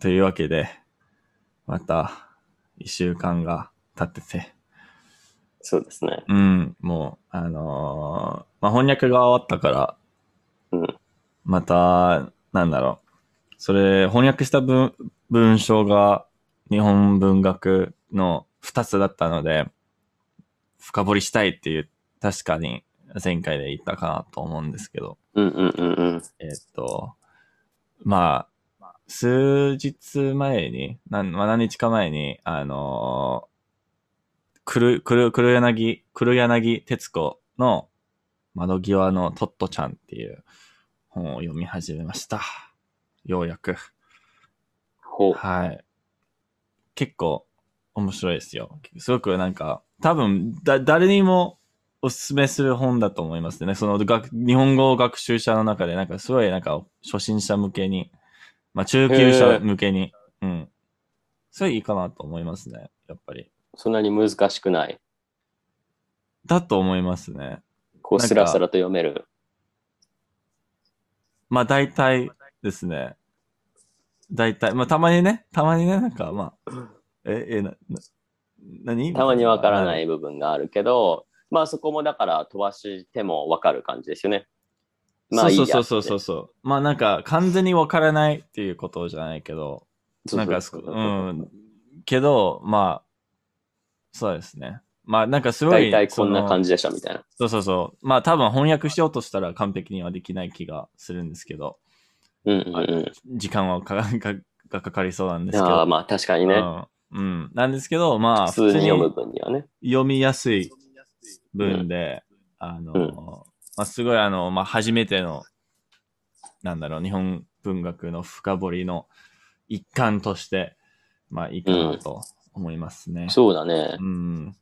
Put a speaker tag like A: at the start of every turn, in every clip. A: というわけで、また、一週間が経ってて、
B: そうですね。
A: うん、もう、あのーまあ、翻訳が終わったから、
B: うん。
A: また、なんだろう。それ、翻訳した文文章が日本文学の二つだったので、深掘りしたいっていう、確かに前回で言ったかなと思うんですけど、
B: うんうんうんうん。
A: えーっと、まあ、数日前に、なんまあ、何日か前に、あのー、くる、くる、黒柳、黒柳徹子の窓際のトットちゃんっていう本を読み始めました。ようやく。
B: ほう。
A: はい。結構面白いですよ。すごくなんか、多分、だ、誰にもおすすめする本だと思いますね。その、学日本語学習者の中で、なんかすごいなんか、初心者向けに、まあ中級者向けに、うん。それいいかなと思いますね。やっぱり。
B: そんなに難しくない。
A: だと思いますね。
B: こう、
A: なんか
B: スラスラと読める。
A: まあ大体ですね。大体。まあたまにね、たまにね、なんかま あ、え、え、な、な何
B: たまにわからない部分があるけど、まあそこもだから飛ばしてもわかる感じですよね。まあい
A: そ
B: いや
A: うそうそうそう
B: って
A: そう。まあなんか完全にわからないっていうことじゃないけど、
B: そう
A: なんかす
B: そ
A: こ、
B: う
A: う。
B: そうそうん
A: けど、まあ、そうですね。まあなんかすごい。
B: 大体こんな感
A: じ。
B: じでしたみたいな。
A: そうそうそう。まあ多分翻訳しようとしたら完璧にはできない気がするんですけど、
B: うんうんうん。
A: 時間はか ががかかりそうなんですけど。
B: ああまあ確かにね。
A: うん。うんなんですけど、まあ、
B: 普通に読む分にはね。
A: 読みやすい文で、あの、
B: うん
A: まあ、すごいあの、まあ、初めての、なんだろう、日本文学の深掘りの一環として、まあ、いいかなと思いますね。
B: そうだね
A: う。ん。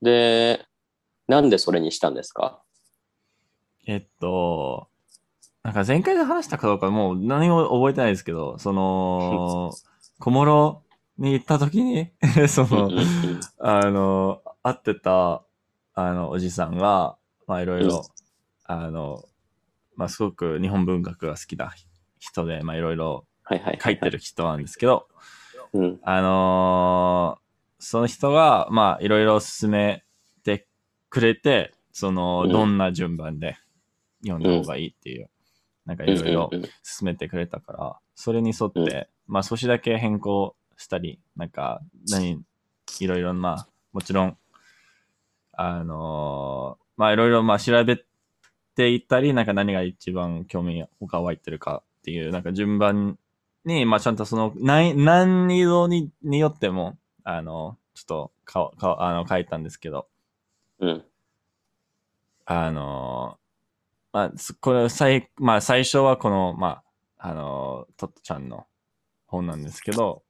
B: で、なんでそれにしたんですか
A: えっと、なんか前回で話したかどうかもう何も覚えてないですけど、そ の、小諸に行った時に、 そ
B: うん
A: の、
B: うんうん
A: あの、会ってた、あの、おじさんが、まあ、いろい
B: うん
A: ろ、あの、まあ、すごく日本文学が好きな人で、まあ、いろいろ
B: はいはいはい。
A: 書いてる人なんですけど、
B: うん。
A: あのーその人が、まあ、いろいろ勧めてくれて、その、
B: うん
A: どんな順番で読んだ方がいいっていう、なんか
B: うん
A: いろ
B: う
A: いろ
B: んうん
A: 進めてくれたから、それに沿って、
B: うん
A: まあ少しだけ変更したり、なんか、何、いろいろ、まあ、もちろん、あのーまあいろいろ、まあ調べていったり、なんか何が一番興味が湧いてるかっていう、なんか順番に、まあちゃんとその、難難易度にによっても、あの、ちょっとかわ、かわ、あの、書いたんですけど、
B: うん。
A: あのーまあ、すこれ最、まあ、最初はこの、まあ、あのートットちゃんの本なんですけど、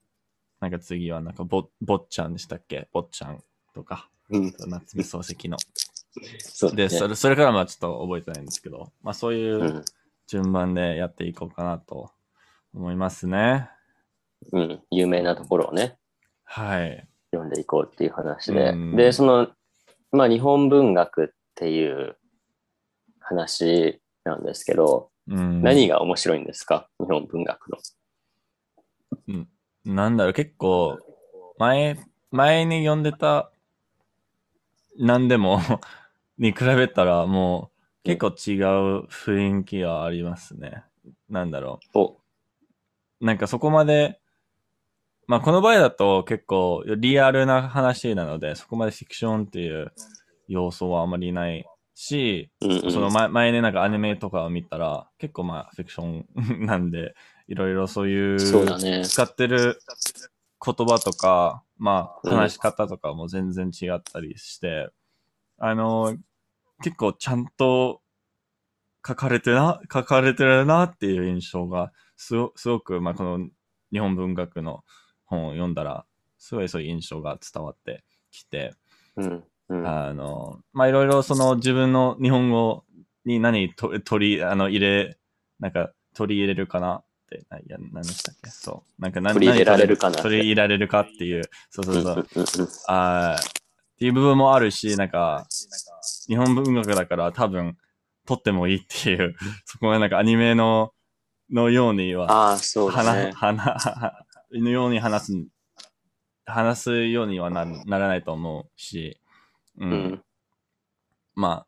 A: なんか次はなんかぼ、ぼっちゃんでしたっけぼっちゃんとか、
B: うん。
A: 夏目漱石の。
B: そう
A: で、
B: だ
A: そ
B: ね。
A: れ、それからはまあちょっと覚えてないんですけど、まあそう
B: う。
A: いうん順番でやっていこうかなと思いますね。
B: うん。有名なところをね。
A: はい。
B: 読んでいこうっていう話で、
A: うん
B: でそのまあ日本文学っていう話なんですけど、
A: うん。
B: 何が面白いんですか日本文学の。
A: なんだろう、結構、前、前に読んでた、何でも、 に比べたら、もう、結構違う雰囲気がありますね。なんだろ
B: お
A: う。なんかそこまで、まあこの場合だと結構リアルな話なので、そこまでフィクションっていう要素はあまりないし、
B: うんうん
A: その前前ねなんかアニメとかを見たら、結構まあフィクション なんで、いろいろそういう
B: そうだね。
A: 使ってる言葉とか、まあ、
B: うん
A: 話し方とかも全然違ったりして、あの、結構ちゃんと書かれてな、書かれてるなっていう印象が、すごすごく、まあ、この日本文学の本を読んだら、すごいそういう印象が伝わってきて、
B: うんうん
A: あの、まあ、いろいろその自分の日本語に何と取り、あの、入れ、なんか取り入れるかなって、ないや、何でしたっけそう。なんか何
B: 取り入れられるかな
A: 何取り入れられるかっていう、そうそうそう。
B: うんうん
A: あーっていう部分もあるし、なんか、日本文学だから多分、取ってもいいっていう、 そこはなんかアニメの、のようには、
B: ああ、そうだ
A: 話
B: ね。
A: 話のように話す、話すようにはなならないと思うし、う。
B: うんん。
A: まあ、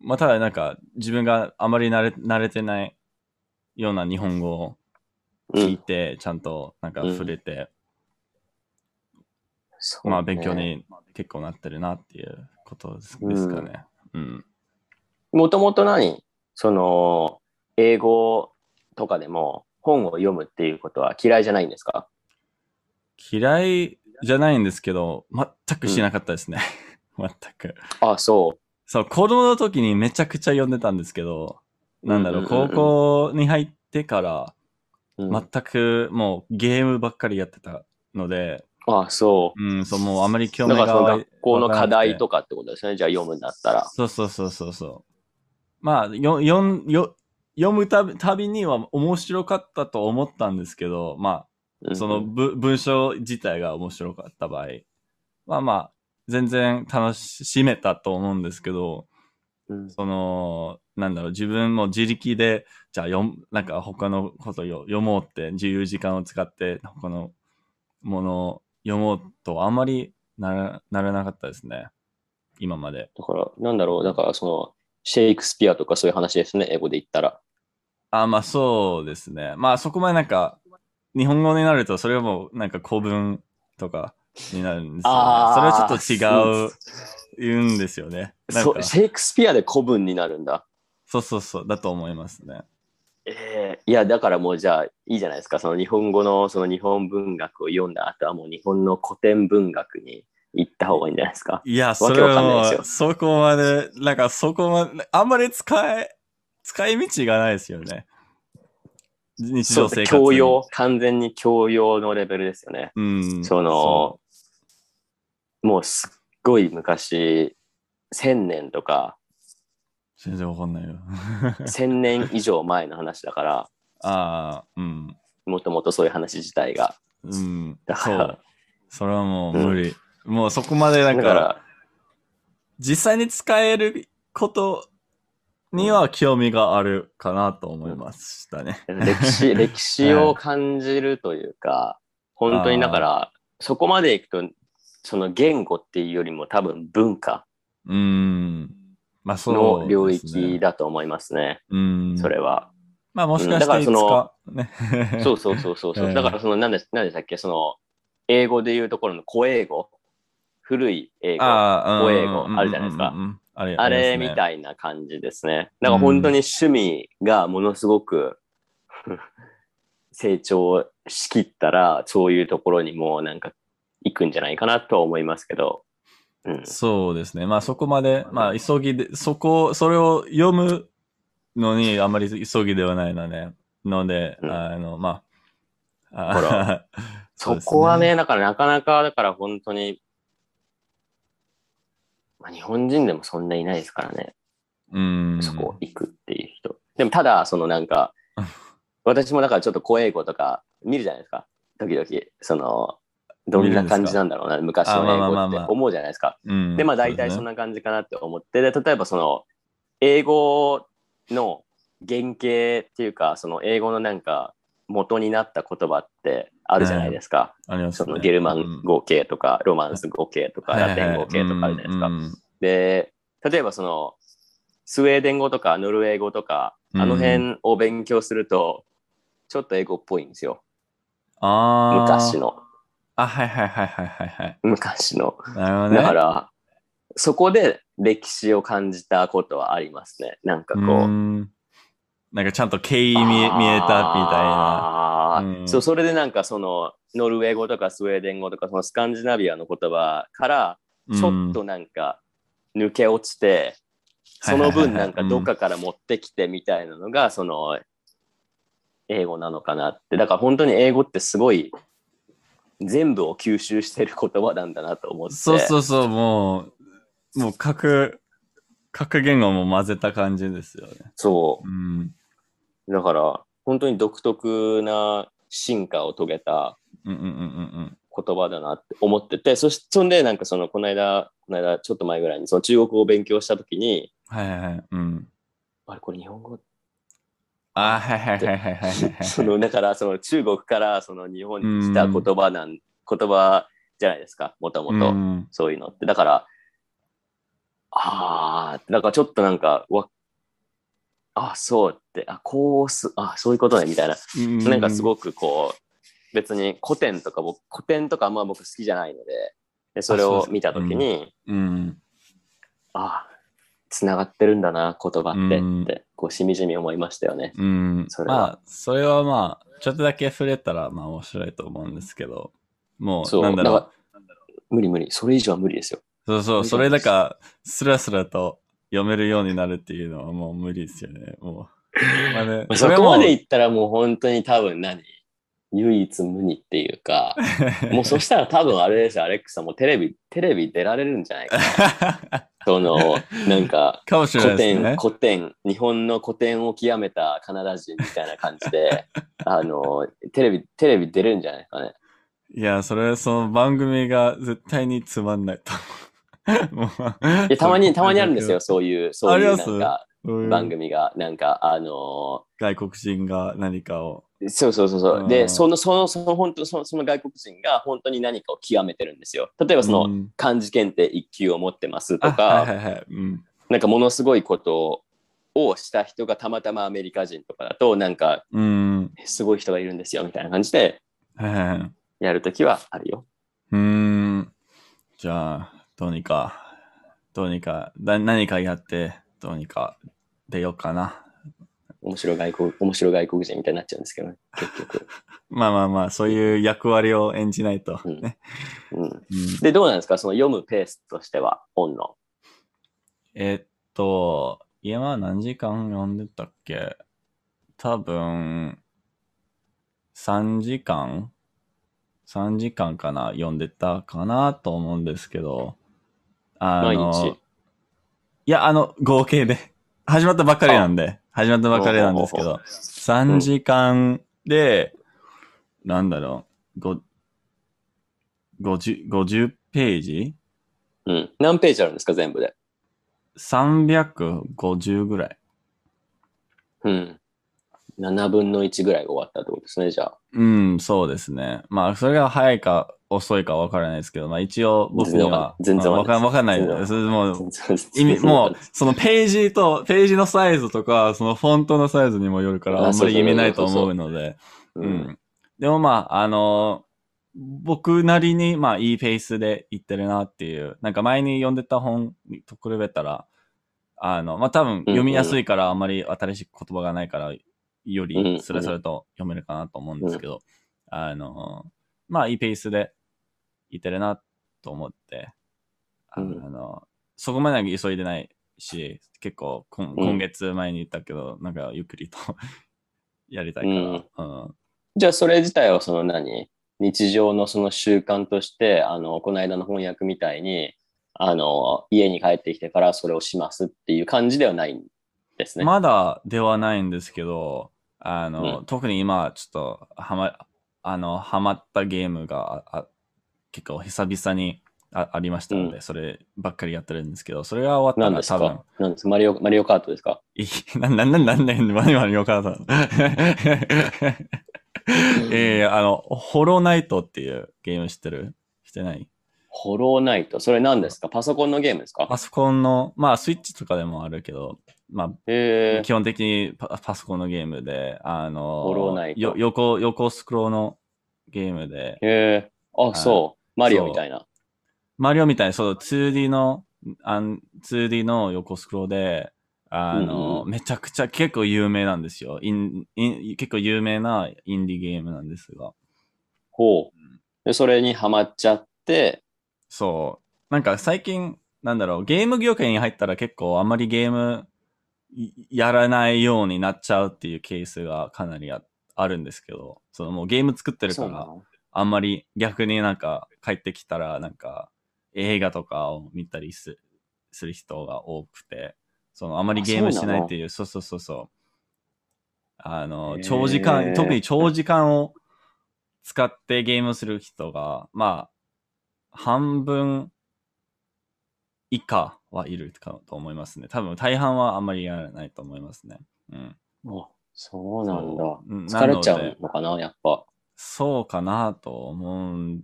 A: まあ、ただなんか、自分があまり慣れ、慣れてないような日本語を
B: う
A: 聞い
B: ん。
A: て、ちゃんとなんか触れて、
B: そうね
A: まあ、勉強。に結構なってるなっていうことですですかね。うん。
B: もともと何その、英語とかでも本を読むっていうことは嫌いじゃないんですか
A: 嫌いじゃないんですけど、全くしなかったですね。 全く。
B: あ、そ
A: そう、子供の時にめちゃくちゃ読んでたんですけど、
B: う。
A: なんだろう、
B: んんん
A: 高、校に入ってから、
B: うん
A: 全くもうゲームばっかりやってたので、
B: あ、そう。
A: うん、そう、もうあまり興
B: だ
A: 味
B: からその
A: が
B: 学校の課題と
A: か。
B: かってことですね。じゃあ読むんだったら。
A: そうそうそうそうそう。まあ、よよんよ読むたびたびには面白かったと思ったんですけど、ま
B: うんう
A: あ、
B: ん
A: その、ぶ文章自体が面白かった場合、まあまあ、全然楽しめたと思うんですけど、
B: うん
A: その、なんだろう、自分も自力で、じゃあ読む、なんか他のことよ読もうって、自由時間を使って、他のものを読もうと、あんまりならならなかったですね。今まで。
B: だから、なんだろう。だから、その、シェイクスピアとかそういう話ですね。英語で言ったら。
A: あ、まあそうですね。まあそこまでなんか、日本語になると、それはもうなんか古文とかになるんですよ、ね。
B: あー
A: それはちょっと違う、言うんですよね。なん
B: そ
A: か、
B: シェイクスピアで古文になるんだ。
A: そうそうそう、だと思いますね。
B: ええいや、だからもうじゃあいいじゃないですか。その日本語の、その日本文学を読んだ後はもう日本の古典文学に行った方がいいんじゃないですか。
A: いや、そ
B: わけ
A: れ
B: わかんないです
A: は
B: よ
A: そこまで、なんかそこまで、あんまり使え、使い道がないですよね。日
B: そ
A: 常生
B: う
A: 活に。
B: 教養、完全に教養のレベルですよね。
A: うん。
B: その、もうすっごい昔、千年と か、
A: そう全然わかんないよ。
B: 千年以上前の話だから、
A: ああ、うん。
B: もともとそういう話自体が。
A: うん。
B: だか
A: そ
B: ら
A: う。それはもう無理。もうそこまでなん
B: だ
A: か、
B: から、
A: 実際に使えることには興味があるかなと思いましたね。
B: 歴史、歴史を感じるというか、本当にだから、そこまでいくと、その言語っていうよりも多分文化
A: うん。まあそう、
B: の領域。だと思いますね、
A: うん。
B: そ。れ は。
A: まあもしか
B: だ
A: し
B: から
A: ていつ
B: その
A: か、ね。
B: そうそうそうそうそう。
A: ええ
B: だからその、なんで、なんでしたっけ、その、英語でいうところの古英語、古い英語。
A: ああ、
B: 語
A: うん
B: 英語あるじゃないですか
A: うんうんうん あれ
B: あれみ
A: い。
B: たいな感じですね。だから本当に趣味がものすごく成長しきったら、そういうところにもうなんか行くんじゃないかなとは思いますけど。うん。
A: そうですね。まあそこまで、まあ急ぎで、そこ、それを読むのにあまり急ぎではないので、ので、
B: うん
A: あの、まあ、
B: ほ
A: あう
B: そ
A: です
B: こはね、だからなかなか、だから本当に、まあ、日本人でもそんないないですからね。
A: うん。
B: そこ行くっていう人。でもただ、そのなんか
A: うん、
B: 私もだからちょっと小英語とか見るじゃないですか。時々、その、どんな感じなんだろうな、昔の
A: あまあま
B: 英
A: あ
B: 語
A: まあ
B: っ
A: ま
B: て
A: あ
B: 思うじゃないですか。
A: うん。
B: で、まあ大体そんな感じかなって思って、で、例えばその、英語の原型っていうか、その英語のなんか、元になった言葉ってあるじゃないですか。
A: あります
B: そ
A: ね
B: のゲルマン語系とか、ロマンス語系とか、
A: はい
B: ラ
A: はい
B: テン語系とかあるじゃないですか。で、例えばその、スウェーデン語とかノルウェー語とか、
A: うん
B: あの辺を勉強すると、ちょっと英語っぽいんですよ。
A: ああ。
B: 昔。の、
A: あ、はいはいはいはいはいはい。
B: 昔の。
A: なるほどね。
B: だから、そこで歴史を感じたことはありますね。なんかこ
A: う
B: う。
A: ーん。なんかちゃんと経緯見え見えたみたいな。
B: あー
A: うん
B: そう、それでなんかその、ノルウェー語とかスウェーデン語とか、そのスカンジナビアの言葉から、
A: うん
B: ちょっとなんか抜け落ちて、
A: はい
B: そ
A: はい
B: の
A: はいはい
B: 分なんかどっかから持ってきてみたいなのが、その英語なのかなって。だから本当に英語ってすごい全部を吸収してる言葉なんだなと思って。
A: そうそうそう、もう、もう各、各言語も混ぜた感じですよね。
B: そ
A: うん。
B: うだから本当に独特な進化を遂げた
A: うんうんうんうん
B: 言葉だなって思ってて、そしそんでなんかそのこの間、この間ちょっと前ぐらいにその中国語を勉強した時に、
A: うん。はいはいはい。うん。
B: あれこれ日本語
A: あーはいはいはいはいはいはい はい。
B: そのだからその中国からその日本に来た言葉なん、言葉じゃないですかもともと
A: ん、
B: そういうのってだからああだからちょっとなんかわあそうってあこうすあそういうことねみたいななんかす
A: い。
B: ごくこう別に古典とか僕古典とかあんま僕好きじゃないのででそれ
A: あそうで
B: を
A: す
B: 見た時に
A: うん。
B: あつながってるんだな言葉って
A: うん
B: ってこうしみじみ思いましたよね。
A: うん。
B: それは
A: まあ、それはまあ、ちょっとだけ触れたら、まあ面白いと思うんですけど、もう、
B: そ
A: な
B: うん
A: だ
B: だ
A: ろう。
B: から無理無理それ以上は無理ですよ。
A: そうそう、そ
B: 無
A: れ
B: 理
A: だ
B: です
A: から、スラスラと読めるようになるっていうのはもう無理ですよね。もう。まあね
B: そこまで
A: れ
B: いったらもう本当に多分何唯一無二っていう かもうそしたら多分あれですよアレックスさんもうテレビテレビ出られるんじゃないかなそのなんか
A: かもしれな
B: 古
A: いです
B: 典、
A: ね。
B: 古典、日本の古典を極めたカナダ人みたいな感じで、 あの、テレビ、テレビ出れるんじゃないですかね。
A: いや、それ、その番組が絶対につまんないと思う。もう
B: いやたまに、たまにあるんですよ、。そういう、そうい
A: あり
B: う
A: ます
B: なんか、
A: そういう
B: 番組が、なんか、あの、
A: 外国人が何かを。
B: そうそうそう
A: う
B: そ
A: ん
B: う。で、その、その、その、本当その、その外国人が本当に何かを極めてるんですよ。例えば、その、
A: うん
B: 漢字検定1級を持ってますと
A: あはいは
B: か、
A: いはい。うん。
B: なんかものすごいことをした人がたまたまアメリカ人とかだと、なんか、
A: うん。
B: すごい人がいるんですよ、みたいな感じで、
A: はいはいはい。う
B: やるときはあるよ。
A: ーん。じゃあ、どうにか、どうにか、だ何かやって、どうにか出ようかな。
B: 面白外国、面白外国人みたいになっちゃうんですけどね、結局。
A: まあまあまあ、そういう役割を演じないと。
B: うん
A: ね
B: うん、
A: うん
B: で、どうなんですかその読むペースとしては、本の。
A: えっと、今は何時間読んでたっけ多分、3時間 ?3 時間かな読んでたかなと思うんですけど。あ
B: 毎
A: の
B: 日。
A: いや、あの、合計で。始まったばっかりなんで。始まったばっかりなんですけ
B: ほう
A: ど。3時間で、なんだろう、ご50、50ページ
B: うん。何ページあるんですか全部で。
A: ?350 ぐらい。
B: うん。7分の1ぐらいが終わったってことですね、じゃあ。
A: うん、そうですね。まあ、それが早いか遅いかわからないですけど、まあ一応僕には。
B: 全然わかん
A: まあわかんない
B: 全然
A: で
B: わ
A: す。それもう、意
B: 意
A: 味、もう、そのページと、ページのサイズとか、そのフォントのサイズにもよるから、
B: あ
A: あんまり意味ないと
B: そうそうそう
A: 思うので。
B: う、
A: う
B: うん。
A: ん。でもまあ、あのー僕なりに、まあ、いいペースでいってるなっていう。なんか前に読んでた本と比べたら、あの、まあ多分読みやすいから、あんまり新しい言葉がないから、よ
B: うんう
A: り
B: ん
A: スラスラと読めるかなと思うんですけど、あのーまあ、いいペースでいってるなと思って、あ
B: うん
A: のそこまで急いでないし、結構今、
B: うん
A: 今月前に言ったけど、なんかゆっくりと やりたいから、
B: うん
A: うん、
B: じゃあ、それ自体はその何日常のその習慣として、あの、この間の翻訳みたいに、あの、家に帰ってきてからそれをしますっていう感じではないんですね。
A: まだではないんですけど、あの、
B: う
A: 特に今、ちょっと、はま、あの、ハマったゲームが、あ結構久々にあありましたので、
B: う
A: そればっかりやってるんですけど、それが終わっ
B: 何
A: た
B: で
A: ら
B: す
A: 多分
B: か、何ですかマリオ、マリオカートですか
A: い な、な、な、なんで、マニマニオカー さん。ええあの、ホロナイトっていうゲーム知ってるしてない
B: ホローナイト。それ何ですかパソコンのゲームですか
A: パソコンの、まあ、スイッチとかでもあるけど、まあ、
B: へえ
A: 基。本的にパパソコンのゲームで、あの
B: ホローナイト
A: よ横、横スクロールのゲームで、
B: へ
A: い
B: え。あ、そう。マリオみたいな。
A: マリオみたいにそう 2D の、あん 2D の横スクロールで、あ
B: うん
A: の、
B: う
A: めちゃくちゃ結構有名なんですよインイン。結構有名なインディーゲームなんですが。
B: ほう。で、それにハマっちゃって、
A: そう。なんか最近、なんだろう、ゲーム業界に入ったら結構あんまりゲームいやらないようになっちゃうっていうケースがかなりああるんですけど、そのもうゲーム作ってる
B: そ
A: か
B: うな
A: ら、
B: の
A: あんまり逆になんか帰ってきたらなんか映画とかを見たりすする人が多くて、そのあまりゲームしないっていう、そうそうそうそう。あの
B: へ、ー
A: 長時間、特に長時間を使ってゲームする人が、まあ、半分以下はいるかと思いますね。多分大半はあんまりやらないと思いますね。うん。
B: もそうなんだ。
A: うん
B: 疲れちゃ
A: なの
B: う
A: で
B: のかな、やっぱ。
A: そうかなと思うん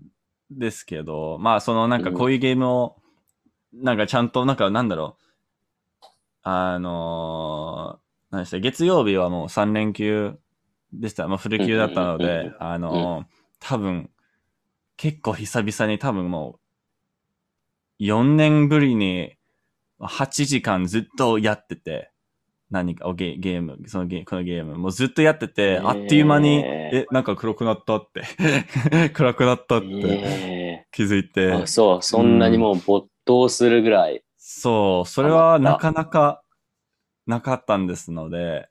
A: ですけど、まあそのなんかこういうゲームを、なんかちゃんと、なんかなんだろう、あのー、何でした月曜日はもう3連休でした。まあフル休だったの
B: うんうんうんう
A: で
B: ん、
A: あのー、多分、結構久々に多分もう、4年ぶりに8時間ずっとやってて、何かをゲゲーム、そのゲーこのゲーム、もうずっとやってて、
B: ー
A: あっという間に、え、なんか黒くなったって、 暗くなったって
B: え
A: 気づいて、
B: えあ、そう、そんなにもう没頭するぐらい。
A: そう、それはなかなかなかったんですので、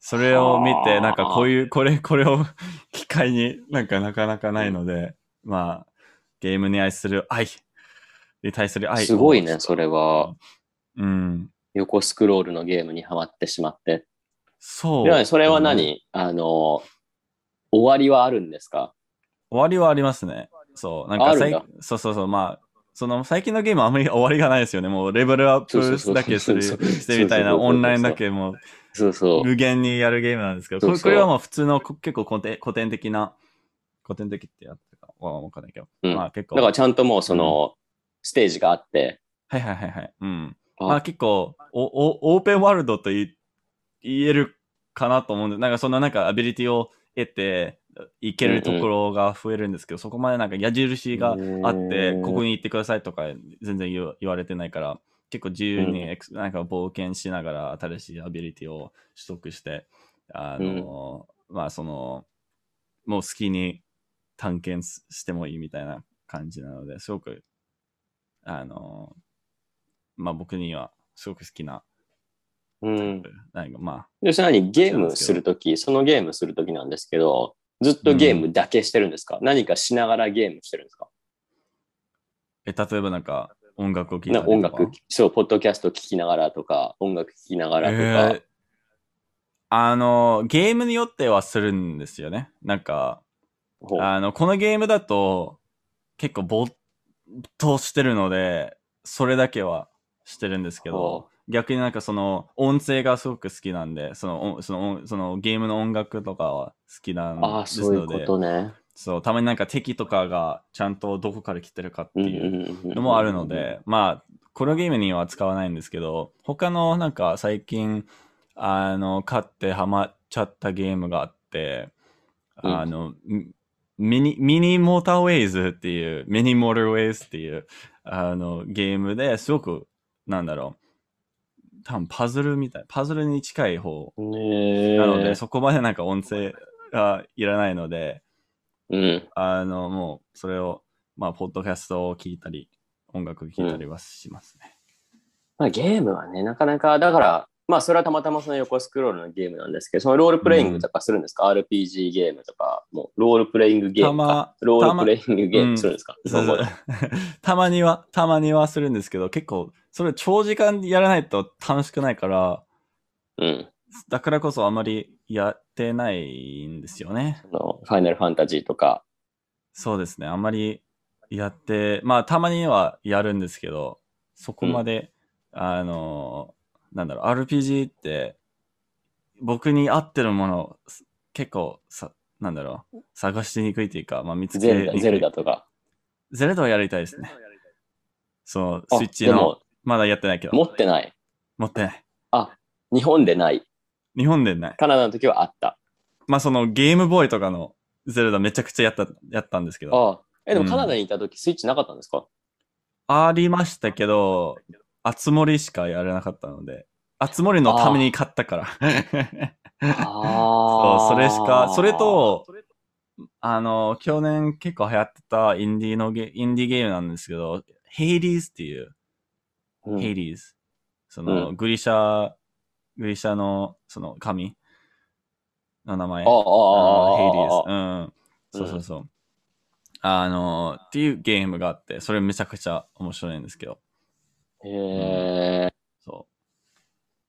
A: それを見
B: は
A: て、
B: あ
A: なんかこういう、これ、これを 機会になんかなかなかないので、まあ、ゲームに愛する愛に対する愛を
B: すごいね、それは。
A: うん。
B: 横スクロールのゲームにはまってしまって。
A: そう。
B: でもねそれは
A: 終
B: 何あの、終わりはあるんですか
A: わりはありますね。そう。なんか
B: あるん
A: 最
B: だ
A: そうそうそう、まあ、その最近のゲームはあんまり終わりがないですよね。もうレベルアップだけする、
B: そ
A: し
B: うそうそうそう
A: てみたいな、
B: そうそうそうそう
A: オンラインだけもう
B: そうそう。
A: 無限にやるゲームなんですけど、
B: そう
A: これ
B: そ
A: こ
B: う
A: れはもう普通のこ結構古典古典的な、古典的ってやってるかわわかんないけど、
B: うん
A: まあ結構、
B: だから
A: はい
B: ちゃんともうその、ステージがあって、
A: はいはいはい。うん。
B: あ
A: まあ結構おお、オープンワールドとい言えるかなと思うんで、なんかそのなんかアビリティを得て、いけるところが増えるんですけど、そこまでなんか矢印があって、ここ
B: に。
A: に行ってくださいとか全然言わ言われてないから、結構自由に
B: うん
A: エクスなんか冒険しながら新しいアビリティを取得して、あの、まあその、もう好きに探検すしてもいいみたいな感じなので、すごく、あの、まあ僕にはすごく好きな、
B: うん。
A: なんかまあ、
B: で、それ何ゲームするとき、そのゲームするときなんですけど、ずっとゲームだけしてるんですか、何かしながらゲームしてるんですか
A: え例えばなんか音楽を聴いた
B: な
A: りとか。
B: 音楽、そう、ポッドキャスト聞きながらとか、音楽聞きながらとか。
A: えーあの、ゲームによってはするんですよね。なんか、
B: ほう
A: あの、このゲームだと、結構ぼーっとしてるので、それだけはしてるんですけど、
B: ほ
A: 逆になんかその、音声がすごく好きなんで、その、おその、おそのゲームの音楽とかは好きな
B: うんああ、
A: です
B: そうい
A: の
B: うこ
A: で、
B: とね。
A: そう、たまになんか敵とかがちゃんとどこから来てるかって
B: うん
A: いう
B: うんうんうん
A: のもあるので、まあ、このゲームには使わないんですけど、他のなんか最近、あの、買ってハマっちゃったゲームがあって、
B: うん
A: あの、ミミニ、ミニモーターウェイズっていう、ミニモーターウェイズっていう、あの、ゲームですごく、なんだろう、多分パズルみたい、パズルに近い方
B: ねえ
A: なので、そこまでなんか音声がいらないので、
B: うん。
A: あの、もう、それを、まあ、ポッドキャストを聞いたり、音楽聞いたりはしますね。
B: まあ、ゲームはね、なかなか、だから、まあ、それはたまたまその横スクロールのゲームなんですけど、そのロールプレイングとかするんですか、?RPG ゲームとか、もうロールプレイングゲーム
A: たま
B: か、ロールプレイングゲームするんですか、
A: そう そうたまには、 たまにはするんですけど、結構、それ長時間やらないと楽しくないから、
B: うん。
A: だからこそあまりやってないんですよね。
B: あのファイナルファンタジーとか。
A: そうですね。あんまりやって、まあ、たまにはやるんですけど、そこまで、あの、なんだろう、RPG って、僕に合ってるものをす結構さ、なんだろう、探しにくいというか、まあ、見つけに
B: ゼル
A: く
B: ダ
A: い。
B: ゼルダ。とか。
A: ゼルダをやりたいですね。そう、
B: あ
A: スイッチ
B: で
A: の、
B: も、
A: まだやってないけど、
B: 持ってない。
A: 持ってない。
B: 日本でない。
A: 日本でない。
B: カナダの時はあった。
A: まあ、そのゲームボーイとかのゼルダめちゃくちゃやった、やったんですけど、
B: ああ。え、で
A: う
B: も
A: ん
B: カナダにいた時、スイッチなかったんです か、
A: ありましたけど、あつ森しかやれなかったので、あつ森のために買ったから。
B: あ
A: そ
B: あ。
A: う、それしか、それ、と、あの、去年結構流行ってたインディーのゲ、インディーゲームなんですけど、ヘイリーズっていう、
B: うん
A: ヘイリーズ。その、
B: う
A: グリシャ、グリシャの、その、神の名前。
B: ああ、ああ、ああ。
A: ヘイリ
B: あ
A: ー
B: あ
A: ズ。うん。そうそうそう。あの、っていうゲームがあって、それめちゃくちゃ面白いんですけど、
B: へえ。
A: そ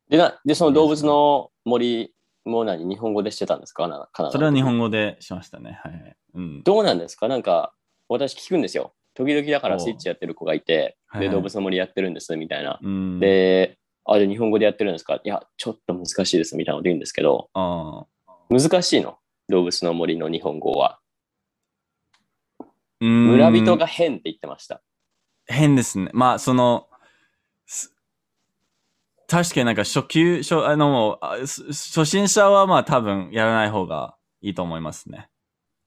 A: う。
B: で、な、で、その動物の森も何日本語でしてたんですかなカナダの時
A: それは日本語でしましたね。はいはい。うん。
B: どうなんですかなんか、私聞くんですよ。時々だか
A: お
B: ら
A: う
B: スイッチやってる子がいて、
A: はい
B: で、
A: はい
B: 動物の森やってるんです、みたいな。
A: うん、
B: で、あ、で、日本語でやってるんですかいや、ちょっと難しいです、みたいなこと言うんですけど、
A: あ
B: 難しいの動物の森の日本語は。
A: うーん
B: 村人が変って言ってました。
A: 変ですね。まあ、その、す確かになんか初級、初、あの、もうあす初心者はまあ多分やらない方がいいと思いますね。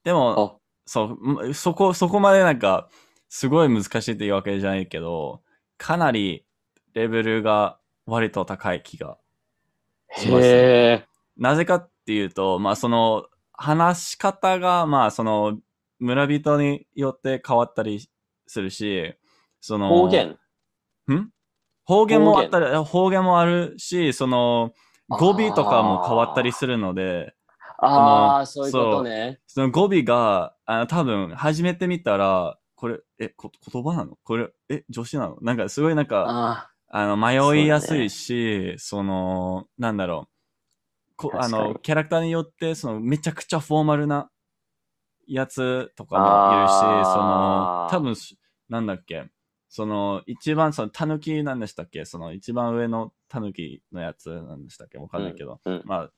A: でも、
B: あ、
A: そう、んそこ、そこまでなんか、すごい難しいっていうわけじゃないけど、かなりレベルが割と高い気がしますね
B: へえ。
A: なぜかっていうと、まあその話し方が、まあその村人によって変わったりするし、その、
B: 方言。
A: ん方言もあったり、方言もあるし、その語尾とかも変わったりするので、
B: ああ、
A: そ
B: そ
A: の
B: ういうことね。
A: その語尾が、あの多分始めてみたら、これ、え、こ言葉なのこれ、え、女子なのなんかすごいなんか、
B: あ
A: あの、迷いやすいし、そ,、の、なんだろう。こあ
B: 確かに
A: の、キャラクターによって、その、めちゃくちゃフォーマルなやつとかもいるし、その
B: あ、ー
A: 多分し、なんだっけ、その、一番、その、タヌキなんでしたっけその、一番上のタヌキのやつなんでしたっけわかんないけど、
B: うんうん
A: まあ、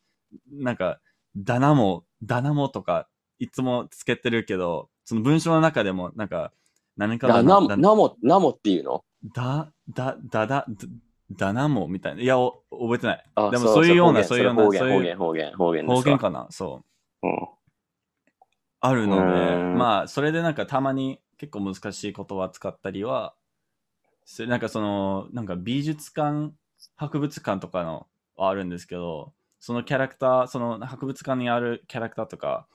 A: なんか、ダナモ、ダナモとか、いつもつけてるけど、その文章の中でも、なんか、何
B: あ。
A: か
B: だ
A: だ
B: な
A: だ
B: なも、なもっていうの
A: だ、だ、だ、だ、だだなもみたいな。いや、お覚えてない。
B: あ
A: でもそういうような、そういうような、
B: 方
A: そう
B: 言、方
A: いう
B: 言、方言、方言、
A: 方
B: 方
A: 言
B: 言
A: かな。そう。
B: うん
A: あるの
B: う
A: で、
B: ーん
A: まあ、それでなんかたまに結構難しい言葉使ったりは、するなんかその、なんか美術館、博物館とかのはあるんですけど、そのキャラクター、その博物館にあるキャラクターとか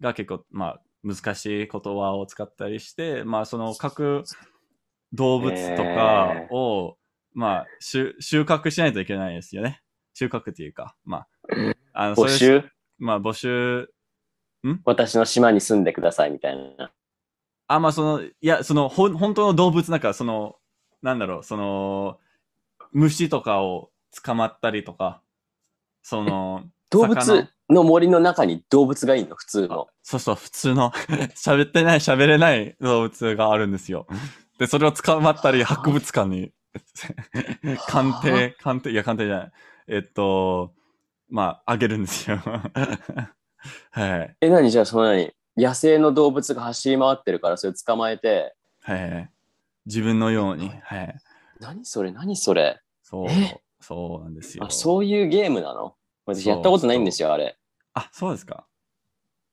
A: が結構、まあ、難しい言葉を使ったりして、まあ、その各動物とかを、まあ、収収穫しないといけないですよね。収穫っていうか、まあ、あのそ
B: 募
A: ういう
B: 集
A: まあ、募集
B: 私の島に住んでくださいみたいな。
A: あ、まあその、いや、その、ほん、本当の動物なんか、その、なんだろう、その、虫とかを捕まったりとか、そ の、魚
B: 動物の森の中に動物がいいの普通の。
A: そうそう、普通の、 喋ってない、喋れない動物があるんですよ。で、それを捕まったり、博物館に、鑑定、鑑定、いや、鑑定じゃない。えっと、まあ、あげるんですよ。 はい。
B: え、何じゃあその何野生の動物が走り回ってるからそれ捕まえて、
A: はい。自分のように、はい。
B: 何それ何それ
A: そう
B: え、
A: そうなんですよ。
B: あ、そういうゲームなの私やったことないんですよ、あれ。
A: あ、そうですか。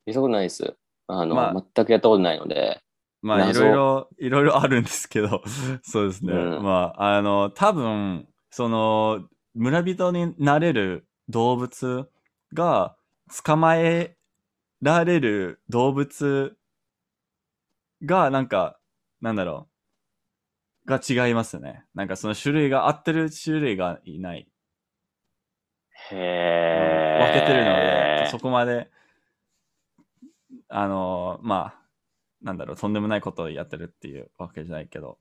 B: やったことないです。あの、
A: まあ
B: 全くやったことないので。
A: まあ、い
B: 謎
A: ろいろ、いろい ろあるんですけど、そうですね。
B: うん
A: まあ、あの、多分、その、村人になれる動物が、捕まえられる動物が、なんか、なんだろう、が違いますね。なんかその種類が、合ってる種類がいない。
B: へ
A: 分けてるので、そこまで、あのーまあ、なんだろう、とんでもないことをやってるっていうわけじゃないけど。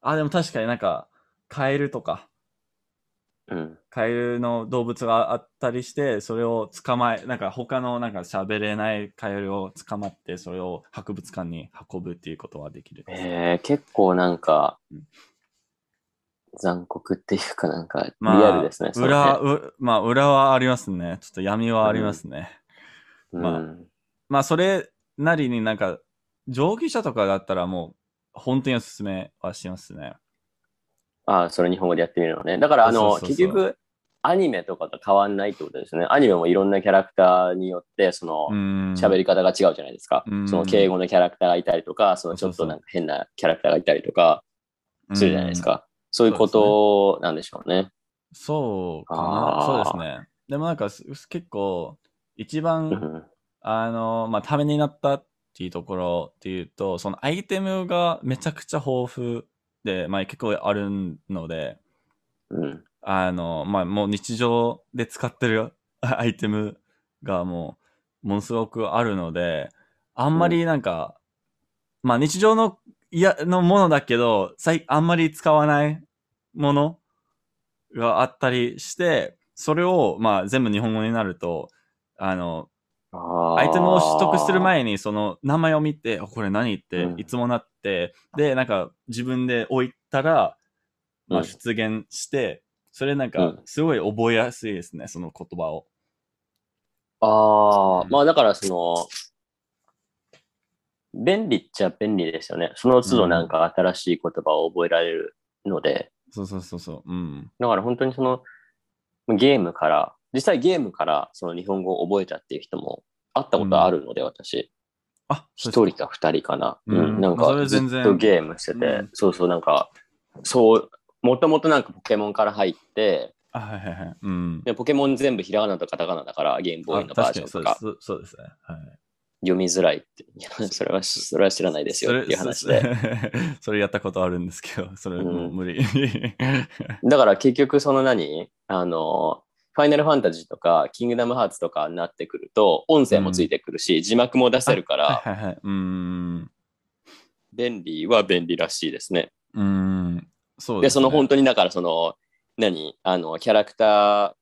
A: あ、でも確かになんか、カエルとか、
B: うん。
A: カエルの動物があったりして、それを捕まえ、なんか他のなんか喋れないカエルを捕まって、それを博物館に運ぶっていうことはできる。
B: へえ、結構なんか
A: うん、
B: 残酷っていうかなんか、リ
A: まあ、
B: アルですね。その
A: 裏、
B: 辺
A: うまあ、裏はありますね。ちょっと闇はありますね。まあ
B: うん
A: まあ、それなりになんか、上級者とかだったらもう、本当におすすめはしますね。
B: ああ、それ日本語でやってみるのね。だから、あの、
A: そうそうそう
B: 結局、アニメとかと変わんないってことですね。アニメもいろんなキャラクターによって、その、喋、
A: 喋
B: り方が違うじゃないですか。
A: うん
B: その、敬語のキャラクターがいたりとか、その、ちょっ
A: そうそうそ
B: と
A: う
B: なんか変なキャラクターがいたりとか、するじゃないです。
A: うん
B: か。そういうことなんでしょうね。
A: そうかな。
B: あー
A: そうですね。でもなんか、す結構、一
B: う
A: 番、
B: ん
A: あの、まあ、ためになったっていうところっていうと、そのアイテムがめちゃくちゃ豊富で、まあ、結構あるので、
B: うん。
A: あの、まあ、もう日常で使ってる アイテムがもう、ものすごくあるので、あんまりなんか、まあ日常の、いや、のものだけど、さいあんまり使わないものがあったりして、それを、まあ全部日本語になると、あの、ア
B: ア
A: イテムを取得する前に、その名前を見て、あこれ何って
B: うん
A: いつもなって、で、なんか自分で置いたら、ま
B: う
A: あ、
B: ん
A: 出現して、それなん
B: う
A: か
B: ん、
A: すごい覚えやすいですね、その言葉を。
B: ああ、
A: うん
B: まあだからその、便利っちゃ便利ですよね。その都
A: う
B: 度
A: ん
B: なんか新しい言葉を覚えられるので、
A: そうそうそうそう。うん。
B: だから本当にその、ゲームから、実際ゲームからその日本語を覚えたっていう人も会ったことあるので、私。
A: あ、
B: 一
A: そう
B: 人か二人かな。
A: う
B: うんん、なん
A: まあそれ
B: か
A: は
B: ずっ
A: 全然
B: とゲームしてて、
A: うん
B: そうそう、なんか、そう、もともとなんかポケモンから入って、
A: あ、はいはいはい。うん。
B: でポケモン全部ひらがなとカタカナだから、ゲームボーイの
A: あ
B: バー
A: 確
B: ジ
A: か
B: ョン
A: に
B: と
A: そう
B: か
A: で。す。そうですね。はい。
B: 読みづらいって、いやそれはし、それは知らないですよっていう話
A: そ
B: で。
A: れそ それやったことあるんですけど、それもう無理。
B: だから結局その何あの、ファイナルファンタジーとか、キングダムハーツとかになってくると、音声もついてくるし、字幕も出せるから、
A: はいはいはい。うん。
B: 便利は便利らしいですね。
A: うん。そう
B: で、
A: です、ね。
B: その本当にだからその、何あの、キャラクタ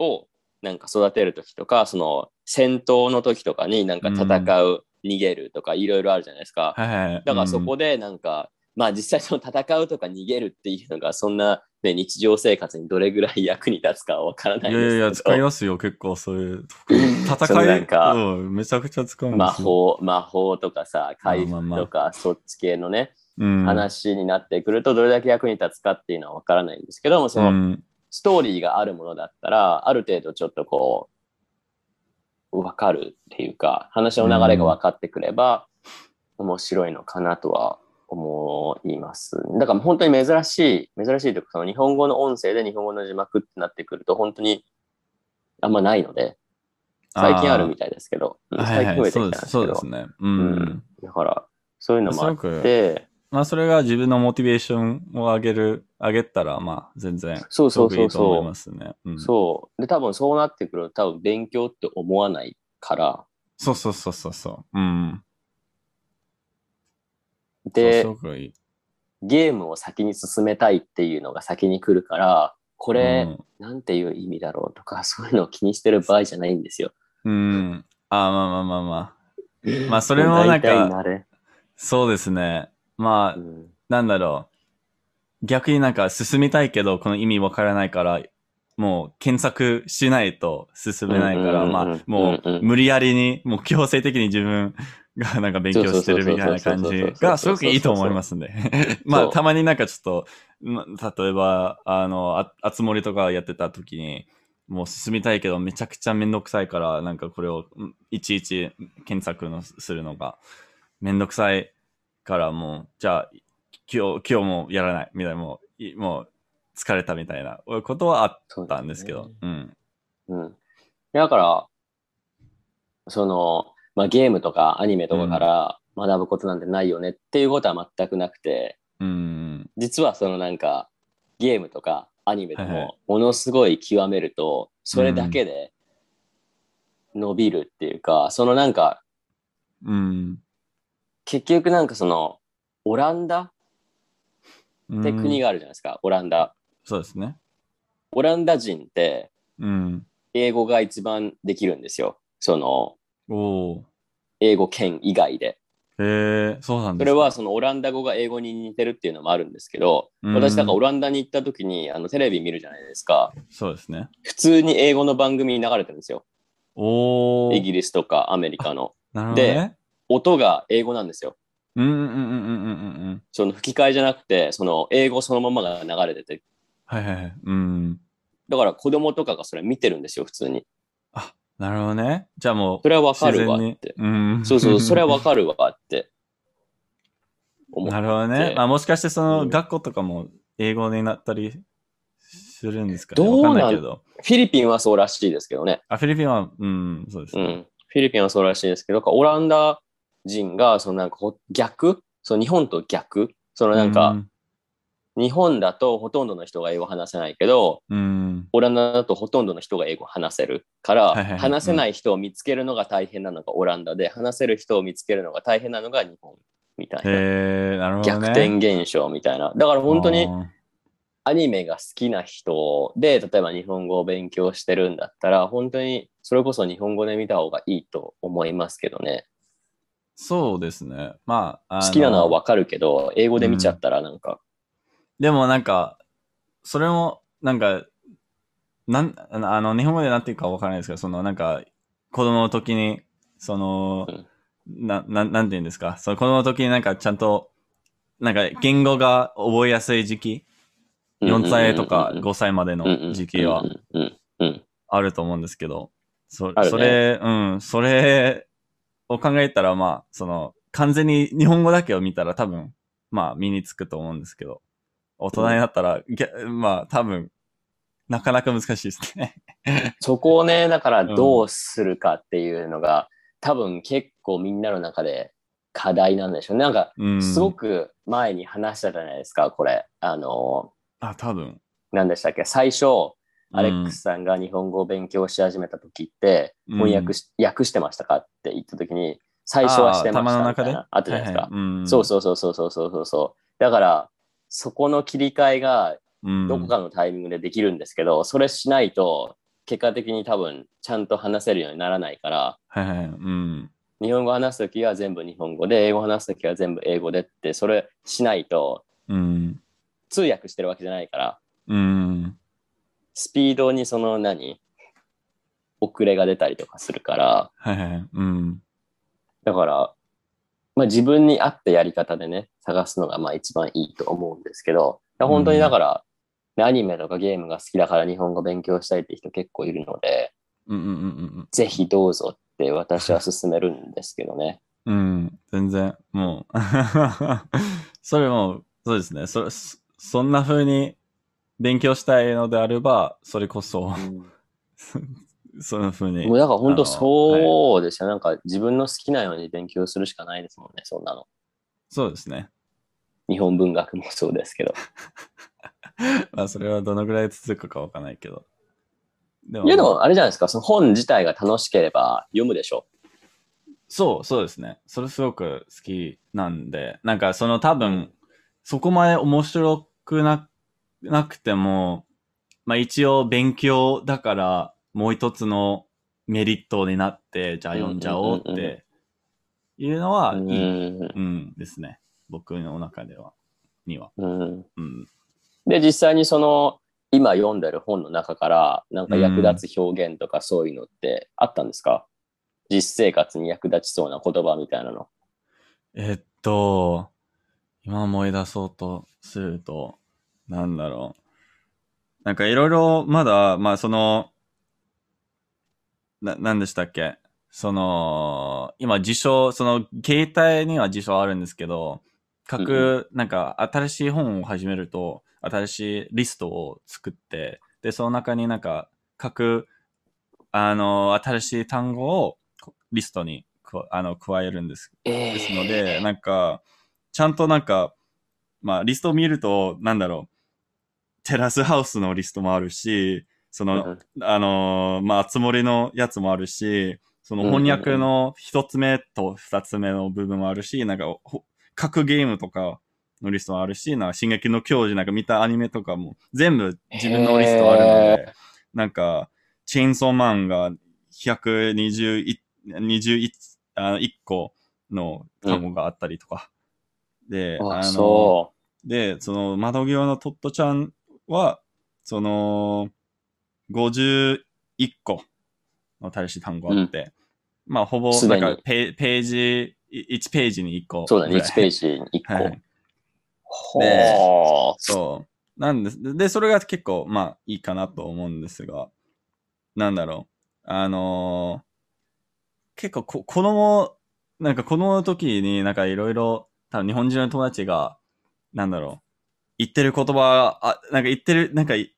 B: ーをなんか育てる時とか、その戦闘の時とかになんか戦う、逃げるとかいろいろあるじゃないですか。
A: はいはい。
B: だからそこでなんか、まあ実際その戦うとか逃げるっていうのがそんな、ね、日常生活にどれぐらい役に立つかはわから
A: う
B: なんい
A: い
B: で
A: やいやいや、
B: すけ
A: 使い
B: ど。
A: ますよ、結構そういう。
B: その
A: 戦い
B: なんか
A: うん、めちゃくちゃ使うんですよ。
B: 魔法、魔法とかさ、回
A: まあ
B: 復
A: まあまあ
B: とか、そっち系のね、
A: うん、
B: 話になってくると、どれだけ役に立つかっていうのはわからないんですけども、その、
A: うん
B: ストーリーがあるものだったら、ある程度ちょっとこう、わかるっていうか、話の流れが分かってくれば、面白いのかなとは思います。だから本当に珍しい、珍しいというか、その日本語の音声で日本語の字幕ってなってくると、本当にあんまないので、最近あるみたいですけど、うん
A: はい
B: 最
A: は
B: 近
A: い
B: 増えて
A: そ
B: き
A: うで。
B: たんですす
A: そ
B: け
A: うで
B: ど
A: す、ね。う。
B: うんだから、そういうのもあって、
A: まあ、それが自分のモチベーションを上げる、上げたら、まあ、全然、
B: そう
A: すご
B: そう
A: く
B: そ
A: いいうと思い
B: そ
A: ますね。う
B: う。
A: ん
B: そう。で、多分そうなってくると、多分勉強って思わないから、
A: そうそうそうそうそう。うん。
B: で
A: そうすごくいい。
B: ゲームを先に進めたいっていうのが先に来るからこ
A: こ
B: れ、なんていう意味だろうとか そういうのを気にしてる場合じゃないんですよ。
A: うん。うんあまあまあまあまあ。まあ、それもなん
B: 大体慣
A: か、
B: れ
A: そうですね。ま
B: う
A: あ、
B: ん
A: なんだろう。逆になんか進みたいけど、この意味わからないから、もう検索しないと進めないから、
B: うんうんうんうん
A: まあ、も
B: うん
A: う
B: うん
A: 無理やりに、もう強制的に自分がなんか勉強してるみたいな感じがすごくいいと思いますんで。 まあ、たまになんかちょっと、ま例えば、あの、あ、あつ森とかやってた時に、もう進みたいけど、めちゃくちゃめんどくさいから、なんかこれを、んいちいち検索のするのが、めんどくさいから、もう、じゃあ、今日、今日もやらない、みたいな、もう、いもう、疲れたみたいなことはあっ
B: そうだ
A: た
B: ね
A: んですけど、うん。
B: うん、だからその、まあ、ゲームとかアニメとかから学ぶことなんてないよねっていうことは全くなくて
A: うん。
B: 実はそのなんかゲームとかアニメで
A: はいは
B: もものすごい極めるとそれだけで伸びるっていうか、そのなんか
A: うん。
B: 結局なんかそのオランダって国
A: が。
B: があるじゃないですか、オランダ
A: そうですね。
B: オランダ人って
A: うん。
B: 英語が一番できるんですよその
A: おー。
B: 英語圏以外で
A: へえ、そうなんですか
B: それは、そのオランダ語が英語に似てるっていうのもあるんですけど、私だからオ
A: 俺、
B: ランダに行った時にあのテレビ見るじゃないですか
A: そうですね。
B: 普通に英語の番組流れてるんですよ
A: おー。
B: イギリスとかアメリカの
A: なるほどね。
B: 音が英語なんですよ
A: うんうんうんうんうんうんうん。
B: その吹き替えじゃなくてその英語そのままが流れてて
A: はいはいはい。うん。
B: だから子供とかがそれ見てるんですよ普通に
A: あ、なるほどね。じゃあもう、
B: それはわかるわっ
A: 自然に
B: て。
A: うん。
B: そ うそう、それはわかるわって思
A: な
B: う。
A: るほどね。まあもしかしてそうの
B: ん
A: 学校とかも英語になったりするんですかね。
B: どうなん
A: わかんないけど。
B: フィリピンはそうらしいですけどね。
A: あ、フィリピンは、うん、そうです
B: う
A: ね。
B: ん。フィリピンはそうらしいですけど、なんかオランダ人が、そのなんかほ逆その日本と逆そのなん
A: う
B: か、、日本だとほとんどの人が英語話せないけど、
A: うん。
B: オランダだとほとんどの人が英語話せるか
A: いはいは
B: ら、
A: い
B: 話せない人を見つけるのが大変なのがオランダで、話せる人を見つけるのが大変なのが日本みたい
A: へ
B: な。
A: え、なるほど
B: 逆
A: ね。
B: 転現象みたいな。だから本当に
A: あー。
B: アニメが好きな人で、例えば日本語を勉強してるんだったら、本当にそれこそ日本語で見た方がいいと思いますけどね。
A: そうですね。まあ、あ
B: 好きなのはわかるけど、英語で見ちゃったらなんか、
A: でもなんか、それも、なんか、なん、あの、あの日本語でなんていうかわからないですけど、そのなんか、子供の時に、その
B: うん、
A: な、ななんて言うんですか。その子供の時になんかちゃんと、なんか言語が覚えやすい時期、4歳とか5歳までの時期は
B: うんうんうんうん
A: あると思うんですけど、そ
B: あるね
A: それ、うん、それを考えたら、まあ、その、完全に日本語だけを見たら多分、まあ、身につくと思うんですけど、大人になったら、ぎゃまあ、多分、なかなか難しいですね。
B: そこをね、だからどうするかっていうのが、多分結構みんなの中で課題なんでしょうね。なんか、
A: うん。
B: すごく前に話したじゃないですか、これ。あの、
A: あ、多分。
B: 何でしたっけ最初、アレックスさんが日本語を勉強し始めた時って、
A: うん
B: 翻訳し、訳してましたかって言った時に、最初はしてましたみたいな。あ
A: あ
B: ったじゃないですか。
A: うん
B: そうそうそうそうそうそうそう。だから、そこの切り替えが
A: うん。
B: どこかのタイミングでできるんですけど、それしないと、結果的に多分、ちゃんと話せるようにならないから、
A: はいはい。うん。
B: 日本語話すときは全部日本語で、英語話すときは全部英語でって、それしないと、
A: うん。
B: 通訳してるわけじゃないから、
A: うん。
B: スピードにその何、遅れが出たりとかするから、
A: はいはい。うん。
B: だから、まあ、自分に合ったやり方でね、探すのがまあ一番いいと思うんですけど、だ本当にだから、ねアニメとかゲームが好きだから日本語勉強したいって人結構いるので、
A: うんうんうん
B: ぜひどうぞって私は勧めるんですけどね。
A: うん。うん。全然、もう。 それもう、そうですね。そ、そそんな風に勉強したいのであれば、それこそ、 その風に
B: もう。だから本当
A: あの
B: そうですよ、なんか自分の好きなように勉強するしかないですもんね、そんなの。
A: そうですね。
B: 日本文学もそうですけど。
A: まあ、それはどのぐらい続くかわかんないけど。で
B: いやでもあれじゃないですか、その本自体が楽しければ読むでしょ。
A: そう、そうですね。それすごく好きなんで、なんかその多分、そこまで面白くな、なくても、まあ一応勉強だから、もう一つのメリットになって、じゃあ読んじゃおう
B: うん
A: っ
B: うんうんう
A: ていうのは
B: う
A: い
B: ん
A: い、うんですね。僕の中では、には。
B: うん
A: うん。
B: で、実際にその、今読んでる本の中から、なんか役立つ表現とかそういうのってあったんですか、実生活に役立ちそうな言葉みたいなの。
A: えっと、今思い出そうとすると、なんだろう。なんかいろいろまだ、まあその、な、なんでしたっけその、今辞書、その携帯には辞書あるんですけど、書く、なんか新しい本を始めると、新しいリストを作って、で、その中になんか書く、あの、新しい単語をこリストにこあの加えるんです
B: え
A: ですので、なんか、ちゃんとなんか、まあ、リストを見ると、なんだろう、テラスハウスのリストもあるし、その、あのーまあ、あつ森のやつもあるし、その翻訳の一つ目と二つ目の部分もあるし、なんか、ほ各ゲームとかのリストもあるし、なんか、進撃の教授なんか見たアニメとかも、全部自分のリストあるので、なんか、チェーンソーマンが121、21あ1個の単語があったりとか。で、
B: あ
A: の
B: そ
A: で、その、窓際のトットちゃんは、その、51個の大し単語あって、まあ、ほぼ、
B: す
A: な
B: で
A: ん
B: に
A: かペ、ページ、い1ページに1個
B: う。そうだね、
A: ぐらい
B: 1ページに1個。
A: はい。
B: ほう。
A: そう。なんです。で、それが結構、まあ、いいかなと思うんですが、なんだろう。あのー結構こ、子供、なんか子供の時になんかいろいろ、多分日本人の友達が、なんだろう。言ってる言葉、あ、なんか言ってる、なんかい、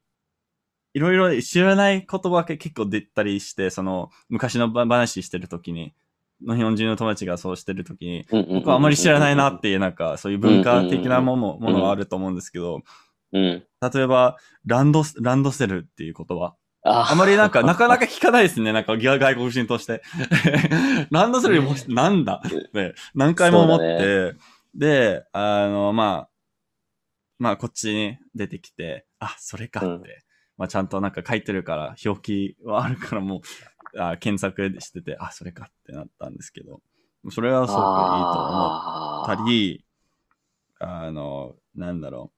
A: いろいろ知らない言葉が結構出たりして、その、昔のば話してる時に、日本人の友達がそうしてる時に、僕はあまり知らないなっていう、なんか、そういう文化的なもの、ものはあると思うんですけど、
B: て。うん。
A: 例えば、ランドス、ランドセルっていう言葉。
B: あ
A: あまりなん か、なかなか聞かないですね、なんか、外外国人として。 ランドセルも、なんだって、何回も思って、で、あの、まあ、まあ、こっちに出てきて、あ、それかって、
B: うん
A: まあ、ちゃんとなんか書いてるから、表記はあるからもう、あ検索してて、あ、それかってなったんですけど、それはすごくいいと思ってった
B: あー
A: り、あの、なんだろ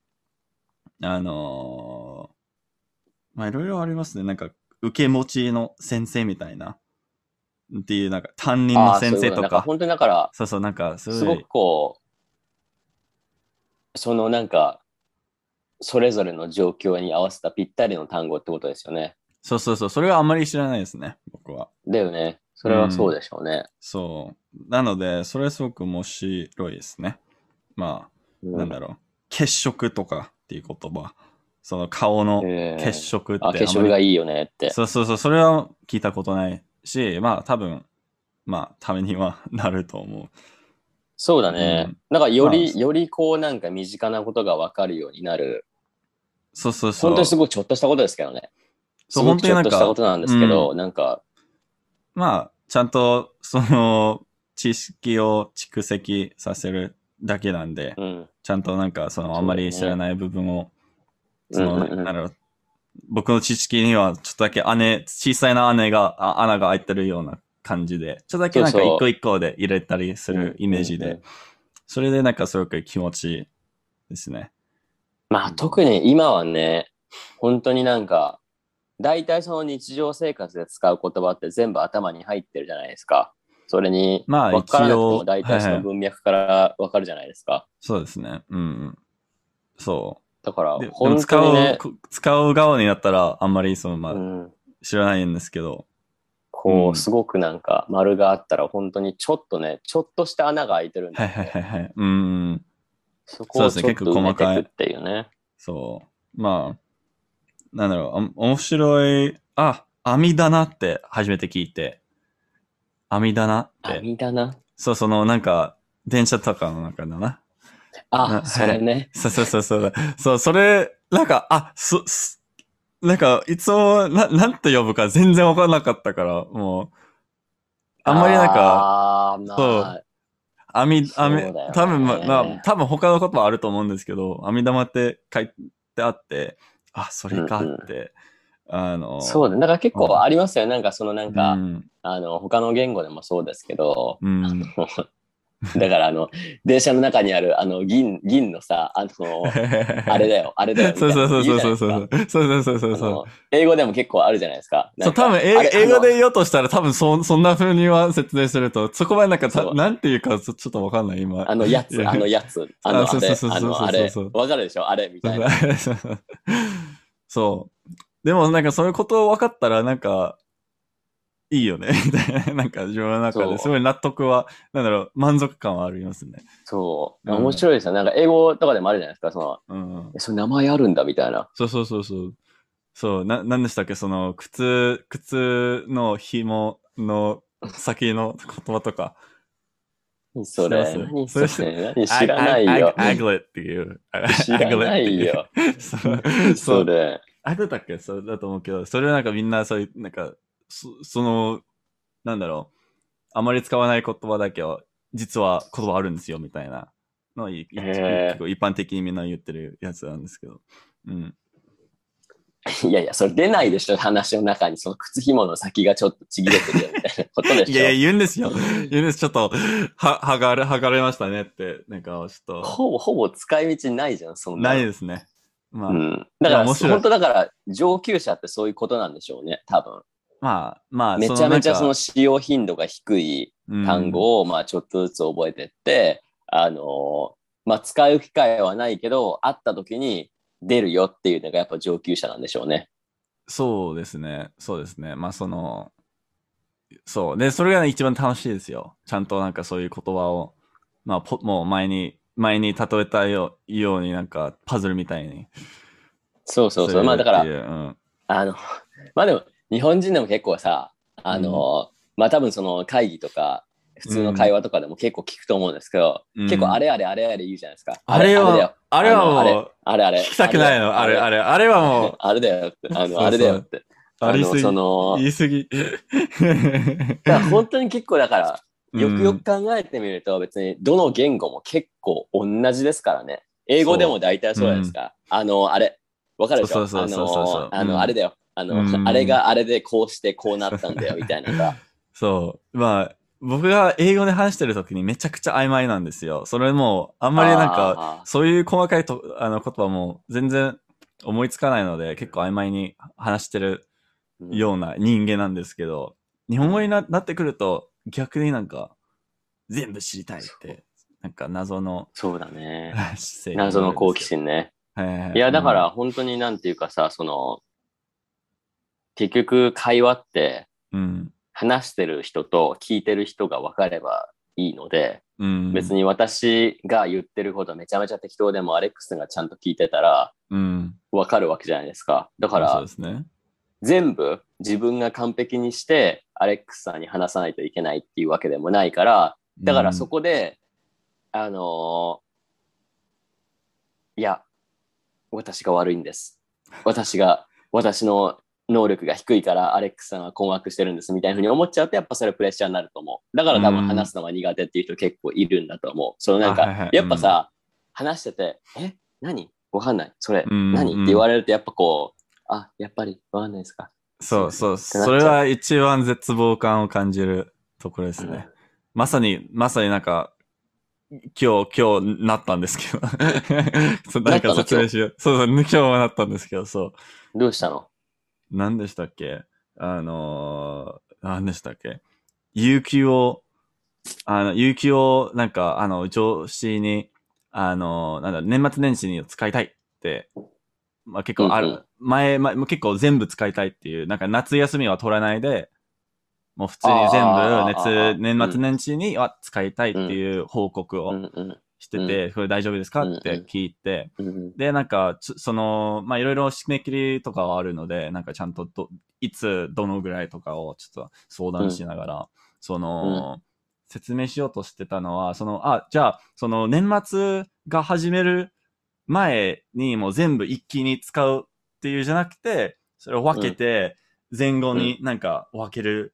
A: う。あのーまあ、いろいろありますね。なんか、受け持ちの先生みたいな。っていう、なんか担任
B: あ
A: の
B: あそういう
A: 先
B: こ
A: 生
B: なん
A: とか、
B: 本当にだから、
A: そうそう、なんかす
B: す
A: ご
B: ご
A: い
B: く、こう、そのなんか、それぞれの状況に合わせたぴったりの単語ってことですよね。
A: そうそうそう、それはあんまり知らないですね、僕は。
B: だよね。それはそうでしょうね。
A: そう。なので、それすごく面白いですね。まあ、
B: う
A: なんだろう。血色とかっていう言葉。その顔の
B: ええ
A: 血色ってあ
B: あ、
A: んまり
B: 血色がいいよねって。
A: そうそうそう、それは聞いたことないし、まあ多分、まあためにはなると思う。
B: そうだね。
A: うん
B: なんかよ
A: まあ
B: り、よりこうなんか身近なことがわかるようになる。
A: そうそうそう。
B: 本当にすごいちょっとしたことですけどね。
A: そう
B: すごくちょ
A: 本当に
B: っ
A: なん
B: と
A: か
B: したことなんですけど、なんか、
A: まあ、ちゃんとその知識を蓄積させるだけなんで、
B: うん。
A: ちゃんとなんかそのあんまり知らない部分を、そ
B: うん
A: の、
B: うんう
A: な
B: ん
A: んだろう。僕の知識にはちょっとだけ姉、小さいな姉が、あ穴が開いてるような感じで、ちょっとだけなんか
B: そうそう
A: 一個一個で入れたりす
B: うんうん
A: るイメージで、それでなんかすごく気持ちいいですね。
B: まあ特に今はね、本当になんか、大体その日常生活で使う言葉って全部頭に入ってるじゃないですか。それに、
A: まあ
B: 分からな
A: 一
B: くても
A: 応
B: 大体そ
A: はいはい
B: の文脈から分かるじゃないですか。
A: そうですね。うんうん。そ
B: だから
A: う。で、でも
B: 本
A: 使
B: 当に
A: う
B: ね、
A: こ、使う側になったら、あんまり、その、ま
B: う
A: あ、
B: ん、
A: 知らないんですけど、う
B: こ
A: ん
B: う、すごくなんか丸があったら本当にちょっとね、ちょっとした穴が開いてるんで
A: はいはいはいはい。うんうん。
B: そこを
A: そ
B: ち
A: う
B: ょ
A: で
B: っ
A: す
B: と
A: ね
B: 埋め
A: 結構細かい
B: てくっていうね。
A: そう。まあ、なんだろう、あ面白い、あ、網棚って初めて聞いて、網棚って、
B: 網だな。
A: そう、その、なんか、電車とかの中だな。
B: あ
A: な、
B: それね。
A: そうそうそうそう。そう、それ、なんか、あ、そ、すなんか、いつも、な、なんて呼ぶか全然わからなかったから、もう、あんまりなんか、
B: か、あーまあ、
A: 網、
B: そうだ
A: 網
B: よね、
A: 多分ま、まあ、多分他のことはあると思うんですけど、網玉って書いてあって、あ、それかって、あの、
B: そうだ。なんか結
A: うん
B: 構ありますよね。なんかそのなんか、
A: うん、
B: あの、他の言語でもそうですけど、
A: うん。
B: だからあの、電車の中にあるあの、銀、銀のさ、あの、あ
A: あ
B: れだよ、あれだよ。み た
A: そ
B: いうな
A: そうそうそうそうそ
B: 言
A: う。そうそうそう
B: じゃないですか
A: そう。
B: あの英語でも結構あるじゃないですか。
A: そう、多分、
B: あ
A: え
B: れ
A: 英語で言おうとしたら、多分そ、そんな風には説明すると、そこまでなんか、
B: そ
A: た
B: う
A: なんていうか、ちょちょっとわかんない、今。
B: あの、や
A: い
B: つ、あの、やつ、あの、
A: あそ
B: あ
A: うそう
B: れ
A: そう、
B: あの、あ
A: そう
B: れ
A: そうそう、
B: わかるでしょあれみ
A: そ
B: たいな。
A: う そう。でも、なんか、そういうことを分かったら、なんか、いいよね、 みたいな。なんか、自分の中
B: そう
A: ですごい納得は、なんだろう、満足感はありますね。
B: そう。
A: うん
B: 面白いですよ。なんか英語とかでもあるじゃないですか。そ
A: う
B: の、
A: ん。
B: えそれ名前あるんだみたいな。
A: そうそうそうそう。そう、な、なんでしたっけその、靴、靴の紐の先の言葉とか。
B: 何それ
A: 知らん
B: 何
A: そ
B: そ
A: れ
B: れ何知らないよ。
A: アグレっていう。
B: 知らないよ。
A: そう。そ。
B: そうれ。
A: アグレだっけそうだと思うけど、それはなんかみんなそういう、なんか、そその、なんだろう。あまり使わない言葉だけど、実は言葉あるんですよ、みたいなのをいい
B: へー
A: 結構一般的にみんな言ってるやつなんですけど。うん。
B: いやいや、それ出ないでしょ。話の中に。その靴紐の先がちょっとちぎれてるよみたいなことで
A: い
B: しょ。
A: やいや、言うんですよ。言うんです。ちょっと、は、はがれ、はがれましたねって、なんか、ちょっ
B: ほぼほぼ使い道ないじゃん、そ
A: と、
B: んな。
A: ないですね。まあ、
B: うん。だから、
A: いや面白い
B: 本当だから、上級者ってそういうことなんでしょうね、多分。
A: まあ、まあ、
B: めちゃめちゃその
A: の
B: 使用頻度が低い
A: なんか
B: 単、語を、まあ、ちょっとずつ覚えてって、あのーまあ、使う機会はないけど、会った時に出るよっていうのがやっぱ上級者なんでしょうね。
A: そうですね。そうですね。まあ、その、そう。で、それが、ね、一番楽しいですよ。ちゃんとなんかそういう言葉を、まあ、ポもう前に、前に例えたようように、なんか、パズルみたいに。
B: そうそうそう。まあ、だから
A: す、るっていううん。
B: あの、 まあでも、日本人でも結構さ、あの、まあ多分その会議とか、普通の会話とかでも結構聞くと思うんですけど、
A: うん
B: 結構あれあれあれあれ言うじゃないですか。
A: あれ
B: だ
A: は
B: よ、
A: あれは
B: あ
A: も
B: の
A: う、
B: あれあれ。
A: 聞きたくないの。あれ、あ
B: れ。
A: れ、あれはもう、
B: あれだよって。
A: そう
B: あの、
A: そう
B: あれだよって。
A: あり
B: の、
A: すぎ。
B: その、
A: 言い過ぎ。
B: だから本当に結構だから、よくよ
A: うん
B: く考えてみると、別にどの言語も結構同じですからね。英語でも大体そうじゃないですか。あの、あれ、わかるでしょ
A: そうそうそうそうそう
B: あのあ
A: うん
B: の、あれだよ。あの、
A: うん
B: あれがあれでこうしてこうなったんだよ、みたい なさ。
A: そう。まあ、僕が英語で話してる時にめちゃくちゃ曖昧なんですよ。それも、あんまりなんか、
B: か、
A: そういう細かいとあの言葉も全然思いつかないので、結構曖昧に話してる
B: うん
A: ような人間なんですけど、日本語にななってくると、逆になんか、全部知りたいって、なんか謎の
B: そうだね。
A: 姿勢になるんですけど
B: 謎の好奇。心ね。
A: はい
B: や、だか、ら本当になんていうかさ、その、結局会話って
A: うん。
B: 話してる人と聞いてる人が分かればいいので、
A: うん。
B: 別。に私が言ってることめちゃめちゃ適当でもアレックスがちゃんと聞いてたら
A: うん。
B: 分かるわけじゃないですか。だか
A: そう
B: ら
A: ですね。
B: 全部自分が完璧にしてアレックスさんに話さないといけないっていうわけでもないから、だからそ
A: こ、
B: こで、あのーいや、私が悪いんです。私が、私の能力が低いから、アレックスさんは困惑してるんですみたいなふうに思っちゃうと、やっぱそれプレッシャーになると思う。だから多
A: う
B: 分
A: ん
B: 話すのが苦手っていう人結構いるんだと思う。そのなん
A: あはいは
B: か、
A: い
B: やっぱさ、話してて、え、何わかんない。それ、
A: うん
B: 何っ
A: うん
B: て言われると、やっぱこう、あ、やっぱりわかんないですか。
A: そうそう。
B: なっちゃう
A: それは一番絶望感を感じるところですね。まさに、まさになんか、今日、今日なったんですけ ど。そう
B: な
A: な
B: っ
A: ん
B: たの
A: か説明しよう。そうそう、今日はなったんですけど、そう。
B: どうしたの
A: 何でしたっけあのー、何でしたっけ有給を、あの、有給を、なんか、あの、上司に、あのー、なんだ、年末年始に使いたいって、まあ結構ある、
B: うんうん
A: 前、前、もう結構全部使いたいっていう、なんか夏休みは取らないで、もう普通に全
B: あーあー
A: 部、熱、年末年始には使いたいっていう報告
B: う
A: を
B: んうん
A: してて、これ大丈夫ですか
B: うんうん
A: って聞いて、
B: うん
A: で、なんか、つその、まあ、いろいろ締め切りとかはあるので、なんかちゃんとど、いつ、どのぐらいとかをちょっと相談しながら、その、説明しようとしてたのは、その、あ、じゃあ、その、年末が始める前にもう全部一気に使うっていうじゃなくて、それを分けて、前後になんか分ける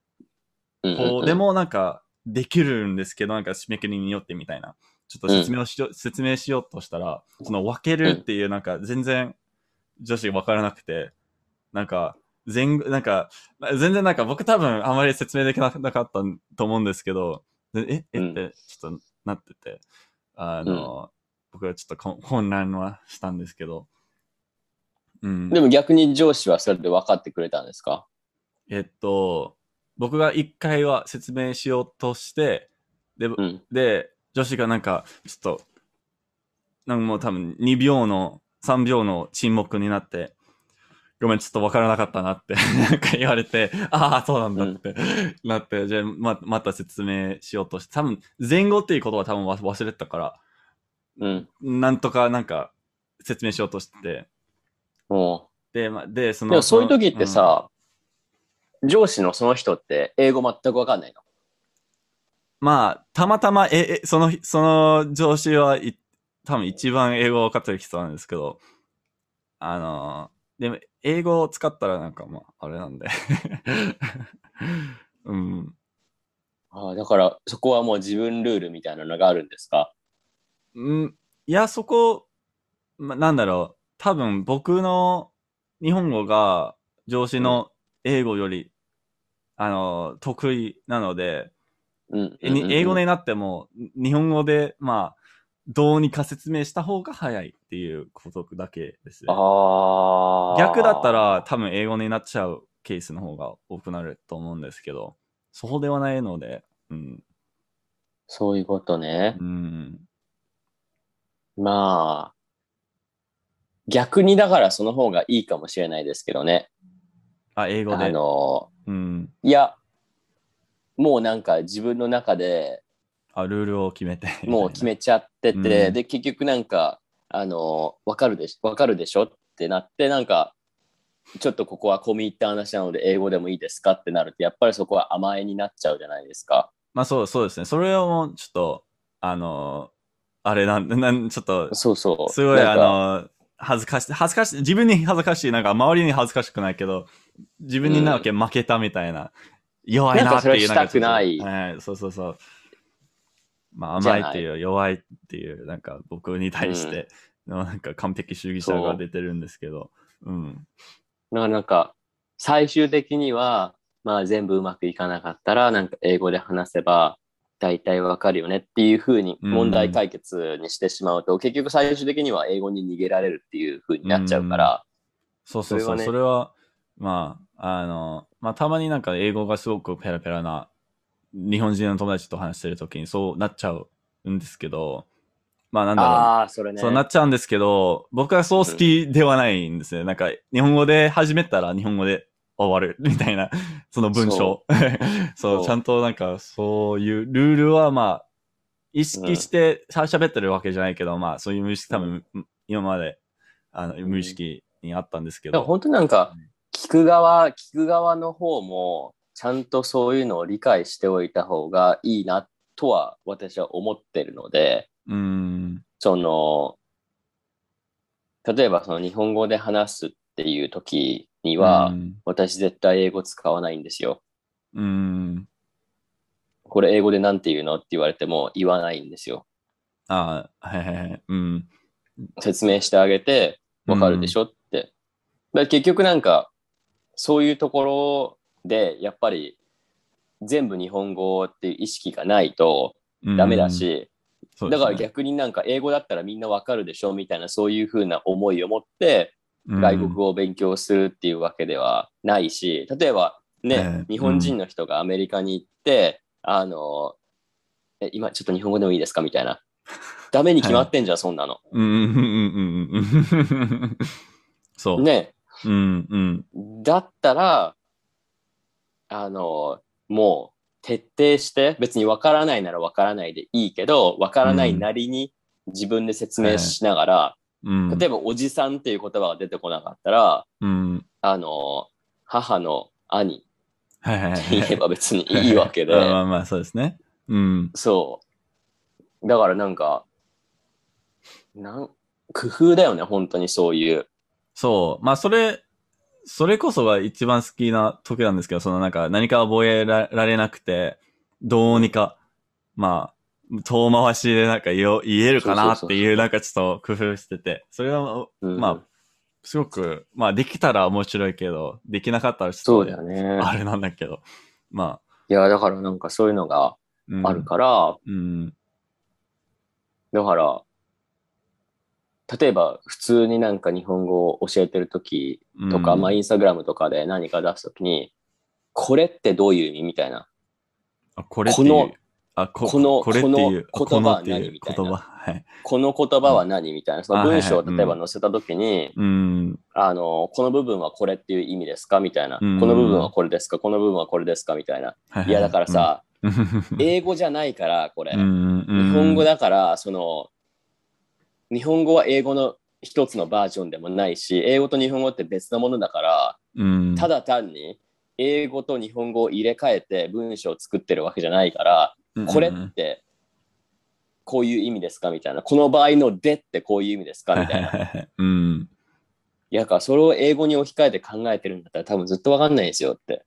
B: うん
A: こう、で、もなんか、できるんですけど、なんか締め切りによってみたいな。ちょっと説明をしよう、説明しようとしたら、その分けるっていうなんか全然女子分からなくて、なんか、全、なんか、全然なんか僕多分あまり説明できなかったと思うんですけど、でえ、
B: う
A: え
B: ん
A: ってちょっとなってて、あの、僕はちょっとこ混乱はしたんですけど、うん。
B: でも逆に上司はそれで分かってくれたんですか
A: えっと、僕が一回は説明しようとして、で、
B: うん。
A: で、女子がなんか、ちょっと、なんかもう多分2秒の、3秒の沈黙になって、ごめん、ちょっとわからなかったなって、 なんか言われて、ああ、そうなんだって、なって、じゃあま、また説明しようとして、多分、前後っていうことは多分わ忘れてたから、
B: うん。
A: なんとかなんか、説明しようとしてて、
B: も。
A: で、ま、で、そうの、
B: でもそういう時ってさ、上司のその人って英語全く分かんないの。
A: まあ、たまたま、え、え、その、その上司は、い、多分一番英語を分かってる人なんですけど、あのーでも、英語を使ったらなんかまあ、あれなんで。 うん。
B: ああだからそこはもう自分ルールみたいなのがあるんですか
A: うん。いや、そこ、ま、なんだろう。多分僕の日本語が上司の英語より、あのー、得意なので、
B: うん。
A: えに英語
B: ね。
A: になっても、に日本語で、まあ、どうにか説明した方が早いっていうことだけですね。
B: ああ。
A: 逆だった、ら多分英語になっちゃうケースの方が多くなると思うんですけど、そうではないので、うん。
B: そういうことね。
A: うん。
B: まあ。逆にだからその方がいいかもしれないですけどね。
A: あ、英語
B: あ
A: で。
B: の、
A: うん。
B: いや、もうなんか自分の中で
A: あ、ルールを決めて。
B: もう決めちゃって
A: みたい
B: て、
A: なうん
B: で結局なんかあの分かるでし分かるでしょってなってなんかちょっとここは込み入った話なので英語でもいいですかってなるとやっぱりそこは甘えになっちゃうじゃないですか
A: まあそう、そうですね。それはもうちょっと、あのーあれなん、なん、ちょっと、
B: そうそう
A: すごい、
B: な
A: あ
B: んか
A: の、恥ずかしい、恥ずかしい、自分に恥ずかしい、なんか周りに恥ずかしくないけど、自分になわけ負けたみたいな、弱いなっていう。
B: なんかそれは
A: んかち
B: し
A: ょ
B: た
A: っ
B: く
A: とはい、そうそうそう。まあ
B: じゃ
A: 甘
B: ない
A: いっていう、弱いっていう、なんか僕に対しての、なんか完璧主義者が出てるんですけど、うん。
B: なんかなんか最終的にはまあ全部うまくいかなかったらなんか英語で話せば大体わかるよねっていうふうに
A: うん
B: 問題解決にしてしまうと、結局最終的には英語に逃げられるっていうふうになっちゃうから、
A: そうそう
B: それ
A: そ
B: は
A: う、
B: ね
A: それは、まあ、あの、まあ、たまになんか英語がすごくペラペラな日本人の友達と話してるときにそうなっちゃうんですけど、まあなんだろう。
B: ああ、それね。
A: そうなっちゃうんですけど、僕はそう好きではないんですね。なんか、日本語で始めたら日本語で終わるみたいな、その文章。そう
B: そう
A: ちゃんとなんか、そういうルールはまあ、意識してしゃ喋ってるわけじゃないけど、まあ、そういう無意識多分、今まで、あの、無意識にあったんですけ
B: でも
A: ど。
B: 本当になんか、聞く側、聞く側の方も、ちゃんとそういうのを理解しておいた方がいいなとは私は思ってるので、
A: うん。
B: その、例えばその日本語で話すっていう時には、
A: うん
B: 私絶対英語使わないんですよ。
A: うん。
B: これ英語でなんて言うのって言われても言わないんですよ。
A: ああ、はいはいはい。うん。
B: 説明してあげて、わかるでしょって。だから結局なんか、そういうところで、やっぱり、全部日本語っていう意識がないと
A: うん
B: ダメだ、し、
A: そうで
B: だ
A: すね
B: から逆になんか英語だったらみんなわかるでしょみたいなそういうふうな思いを持って外国語を勉強するっていうわけではないし、例えばね
A: え、え
B: 日本人の人がアメリカに行って、あの、え、今ちょっと日本語でもいいですかみたいな。ダメに決まってんじゃん、そんなの。
A: うんうんうんうんうんうん。そう。
B: ね、
A: うんうん。
B: だったら、あの、もう徹底して、別に分からないなら分からないでいいけど、分からないなりに自分で説明しながら、
A: うん。
B: 例えばおじさんっていう言葉が出てこなかったら、
A: うん。
B: あの、母の兄って
A: はいはいはい。
B: 言えば別にいいわけで、
A: まあまあま あ、そうですね。うん。
B: そう。だからなんか、なん工夫だよね、本当にそういう。
A: そう。まあ、それ、それこそが一番好きな時なんですけど、そのなんか何か覚えられなくて、どうにか、まあ、遠回しでなんか言お言えるかなって
B: そう
A: いうなんかちょっと工夫してて、それは、
B: うん
A: まあ、すごく、まあ、できたら面白いけど、できなかったらち
B: そ
A: ょっ
B: う
A: と
B: だ
A: ね、
B: よね。
A: あれなんだけど、まあ
B: いや、だからなんかそういうのが、
A: うん
B: あるから、
A: うん。
B: だから、例えば普通になんか日本語を教えてる時とか、
A: うん
B: まあインスタグラムとかで何か出す時に、これってどういう意味みたいな。
A: あ、これっていう。
B: この
A: あ、こ
B: この
A: これっていう。
B: この
A: あこのって
B: 言葉は何
A: いう
B: みたいな
A: 言葉。はい。
B: この言葉は何みたいな。その
A: あはいは
B: 文
A: い
B: 章を
A: うん
B: 例えば載せた時に、
A: うん。
B: あの、この部分はこれっていう意味ですかみたいな。こ
A: うん
B: の部分はこれですかこの部分はこれですかみたいな。
A: はいはい
B: や、だから、さ、
A: うん、
B: 英語じゃないから、これ。
A: うんうんうん
B: 日本語だから、その、日本語は英語の一つのバージョンでもないし、英語と日本語って別のものだから、
A: うん、
B: ただ単に英語と日本語を入れ替えて文章を作ってるわけじゃないから、
A: うん、
B: これってこういう意味ですかみたいな、この場合のでってこういう意味ですかみたいな。い
A: な。うん。
B: や、だからそれを英語に置き換えて考えてるんだったら多分ずっとわかんないですよって。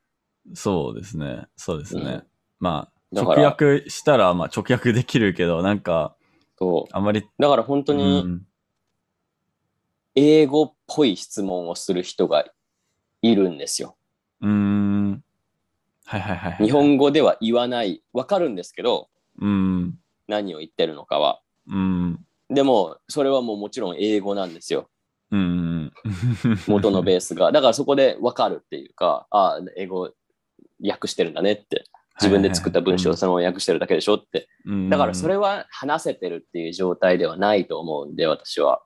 A: そうですね。そうですね。
B: うん
A: まあ、
B: だから
A: 直訳したら、まあ、直訳できるけど、なんか、
B: そ
A: あんまり、
B: う。だから本当
A: う
B: に
A: ん
B: 英語っぽい質問をする人がいるんですよ。
A: うーん。はいはいはいはい。
B: 日本語では言わない。わかるんですけど、
A: うん。
B: 何を言ってるのかは。
A: うん。
B: でも、それはもうもちろん英語なんですよ。
A: うん。
B: 元のベースが。だからそこで分かるっていうか、ああ、英語訳してるんだねって。自分で作った文章をそのまま訳してるだけでしょって。
A: うん。
B: だからそれは話せてるっていう状態ではないと思うんで、私は。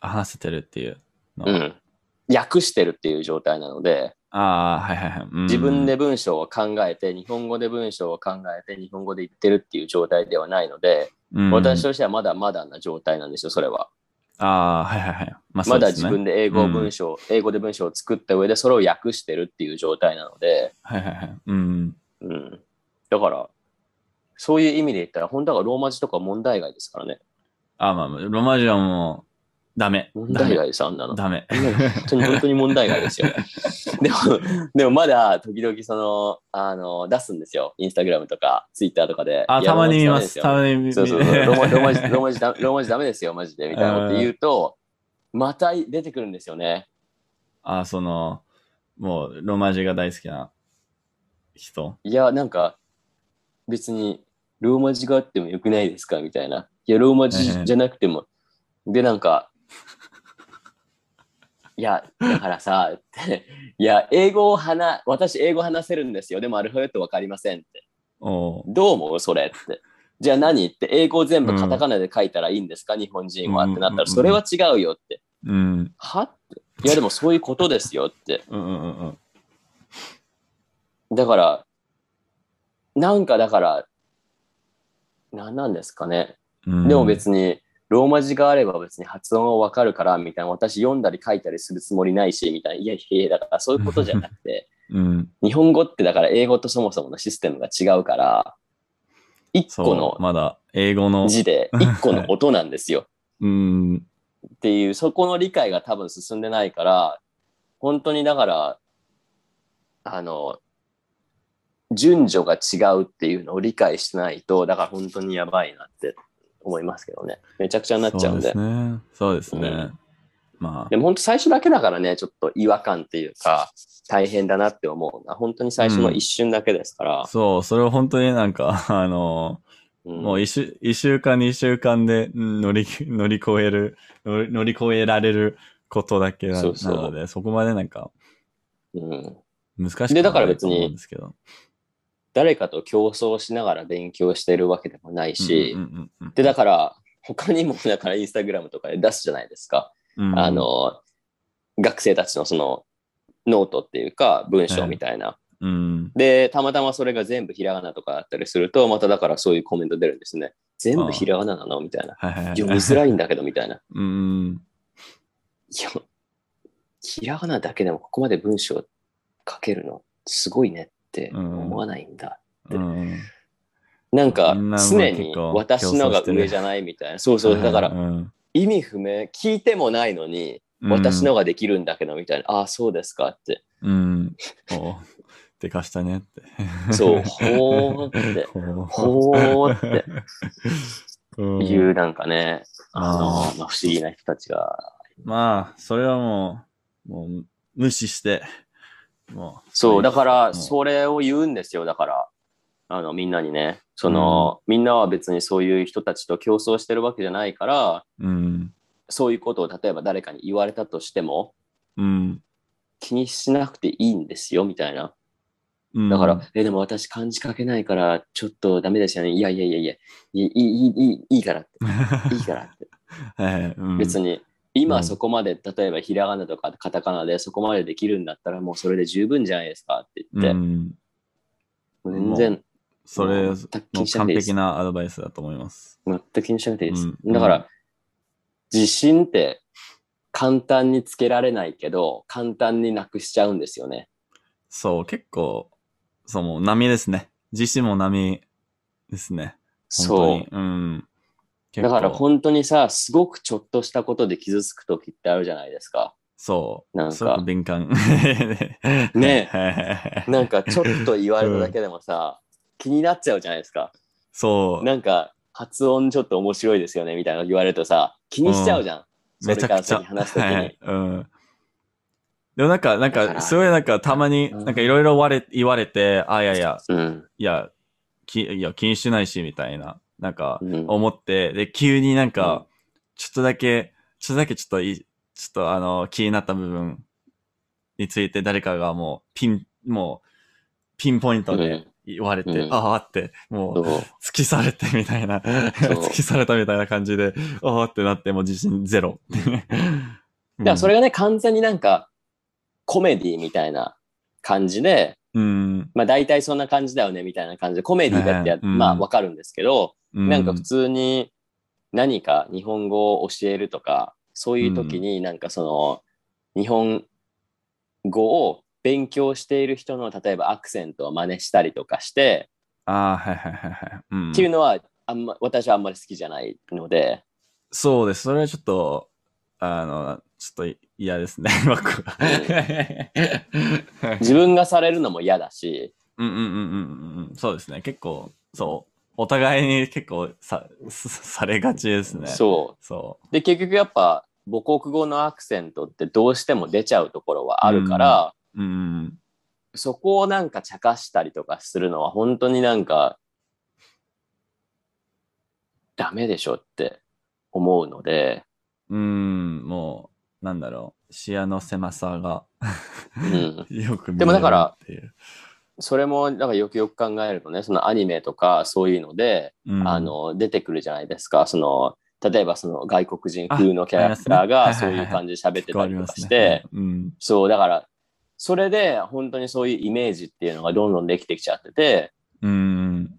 A: 話せてるっていうの。
B: うん。訳してるっていう状態なので、
A: ああ、はいはいはい。うん
B: 自分で、文章を考えて、日本語で文章を考えて、日本語で言ってるっていう状態ではないので、
A: うん
B: 私としてはまだまだな状態なんですよ、それは。
A: ああ、はいはいはい。まあ、そ
B: ま
A: うで
B: だ
A: すね
B: 自分で英語文章、英語で文章を作った上で、それを訳してるっていう状態なので、
A: はいはいはい。うん。
B: うん。だから、そういう意味で言ったら、本当はローマ字とか問題外ですからね。
A: あまあ、まあロマジアもう、ダメ。
B: 問題外です、あんなの。
A: ダメ。
B: あんなの本当に本当に問題外で すよ。でも、でもまだ時々その、あの、出すんですよ。インスタグラムとか、ツイッターとかで。
A: あ、
B: いや
A: たまに見ます。た
B: ローマ字ダメ
A: まに見ます
B: でよそうそうそう。ローマローマ字、ローマ字ダメ、ローマ字ダメですよ、マジで。みたいなこと言うと、また出てくるんですよね。
A: あ、その、もう、ロマジが大好きな人。
B: いや、なんか、別に、ローマ字があってもよくないですかみたいな。いや、ローマ字じゃなくても。で、なんか、いや、だからさ、っていや、英語を話、私英語話せるんですよ。でもアルファベットわかりませんって。
A: おう
B: どう思うそれって。じゃあ何って英語を全部カタカナで書いたらいいんですか、日本人はってなったら、
A: うん
B: それは違うよって。
A: うん。
B: はって。いや、でもそういうことですよって。
A: うんうんうんうん。
B: だから、なんかだから、何なんですかね。
A: うん
B: でも別に、ローマ字があれば別に発音はわかるから、みたいな、私読んだり書いたりするつもりないし、みたいな、いやいやいや、だからそういうことじゃなく て、
A: うん。
B: 日本語ってだから英語とそもそものシステムが違うから、一個
A: そう、
B: の
A: まだ英語の、
B: 字で一個の音なんですよ。
A: うん、
B: っていう、そこの理解が多分進んでないから、本当にだから、あの、順序が違うっていうのを理解してないと、だから本当にやばいなって思いますけどね。めちゃくちゃになっちゃうん
A: そうで
B: で。
A: すね。そうですね。
B: うん
A: ま
B: でも本当最初だけだからね、ちょっと違和感っていうか、大変だなって思うな。本当に最初の一瞬だけですか
A: あ、
B: ら。
A: そう、それを本当になんか、あの、
B: うん
A: もう一週、一週間、二週間でうん乗り、乗り越える、乗り乗り越えられることだけな
B: そうそう
A: なので、そこまでなんか
B: うん
A: 難しくは
B: でだから別に
A: ないと思うんですけど。
B: 誰かと競争しながら勉強してるわけでもないし、
A: うんうんうんうん
B: で、だから、他にも、だからインスタグラムとかで出すじゃないですか。
A: うん
B: あ、の、学生たちのその、ノートっていうか、文章みたいな。
A: うん。
B: で、たまたまそれが全部ひらがなとかだったりすると、まただからそういうコメント出るんですね。全部ひらがななのみたいな。
A: はいはいはい。
B: 読みづらいんだけど、みたいな。
A: うん。
B: いや、ひらがなだけでもここまで文章書けるのすごいねって思わないんだ。
A: うん。
B: なんか
A: みんなもう
B: 常
A: 結
B: に
A: 構
B: 私のが
A: 競争してる
B: 上じゃないみたいな。そうそう。だか
A: う
B: ら
A: ん
B: 意味不明、聞いてもないのに私のができるんだけどみたいな。ああ、そうですかって。
A: うん。おでかしたね って。
B: そう、ほーって。ほーって
A: うん
B: いうなんかね、あの、
A: あ
B: まあ不思議な人たちが。
A: まあ、それはもう、もう無視して、もう。
B: そう、だから
A: う。
B: それを言うんですよ。だから、あの、みんなにね。その、みんなは別にそういう人たちと競争してるわけじゃないから、
A: うん。
B: そういうことを例えば誰かに言われたとしても
A: うん。
B: 気にしなくていいんですよみたいな。
A: うん
B: だから、、 え、でも私漢字書けないからちょっとダメですよね。いやいやいやいや、いい、いい、いい、いい からって、いいからって。
A: はい、うん
B: 別
A: に。
B: に、
A: う
B: 今
A: ん
B: そこまで、例えばひらがなとかカタカナでそこまでできるんだったらもうそれで十分じゃないですかって
A: う
B: 言って、
A: ん。
B: 全然
A: それ
B: も
A: の
B: う全く気にしなく
A: 完
B: ていいです
A: 璧なアドバイスだと思います。
B: 全く気にしなくていいです。
A: うん
B: だから、自信って簡単につけられないけど、簡単になくしちゃうんですよね。
A: そう、結構、そう、もう波ですね。自身も波ですね。
B: そう。
A: う。うん。
B: だから
A: ほん
B: 本当にさ、すごくちょっとしたことで傷つくときってあるじゃないですか。
A: そう。
B: なんか
A: すごく敏感。
B: ね
A: え
B: なんかちょっと言われただけでもさ、気になっちゃうじゃないですか。
A: そう。
B: なんか発音ちょっと面白いですよねみたいなの言われるとさ、気にしちゃうじゃん。それ
A: めち
B: か
A: ゃ
B: ら
A: くちゃ。
B: 先話すときに。
A: はい、うん。でもなんか、なん
B: だから
A: か、すごいなんか、たまに、
B: うん
A: なんかいろいろわれ言われて、あ、いやいや、
B: うん。
A: いや、きいや気にしないし、みたいな、なんか、
B: うん
A: 思って、で、急になん
B: うん
A: か、ちょっとだけ、ちょっとだけちょっといい、ちょっとあの、気になった部分について誰かがもう、ピン、もう、ピンポイントで言われて、
B: うん
A: ああって、もう
B: そ、う
A: 突きされてみたいな、 突きされたみたいな感じで、ああってなって、もう自信ゼロ。
B: だからそれがね、完全になんかコメディみたいな感じで、
A: うん、
B: まあ大体そんな感じだよねみたいな感じで、コメディだってや、
A: ねうん
B: まあわかるんですけど、
A: うん。
B: なんか普通に何か日本語を教えるとか、そういう時になんかその日本語を勉強している人の例えばアクセントを真似したりとかして、
A: ああ、はいはいはいはい。うん
B: っていうのはあん、ま、私はあんまり好きじゃないので、
A: そうです。それはちょっと、あの、ちょっと嫌ですね、 僕は。
B: 自分がされるのも嫌だし、
A: うんうんうんうんうん。そうですね。結構、そう。お互いに結構さ、 さされがちですね。う。
B: そ。
A: そう
B: で、結局やっぱ母国語のアクセントってどうしても出ちゃうところはあるから、
A: う。うん。
B: そこをなんか茶化したりとかするのは本当になんかダメでしょって思うので、
A: うん、もう、なんだろう。視野の狭さが
B: うん。
A: よく見えるっていう。
B: でもだからそれも、なんかよくよく考えるとね、そのアニメとかそういうので、
A: うん、
B: あの、出てくるじゃないですか。その、例えばその外国人風のキャラク
A: あ
B: タ
A: あ
B: ー
A: りま
B: が
A: す
B: そ
A: ね
B: ういう感じで喋って
A: 結構
B: た
A: あり
B: りと
A: ま
B: か
A: す
B: し
A: ね
B: て、
A: うん。
B: そう、だから、それで本当にそういうイメージっていうのがどんどんできてきちゃってて、
A: うん。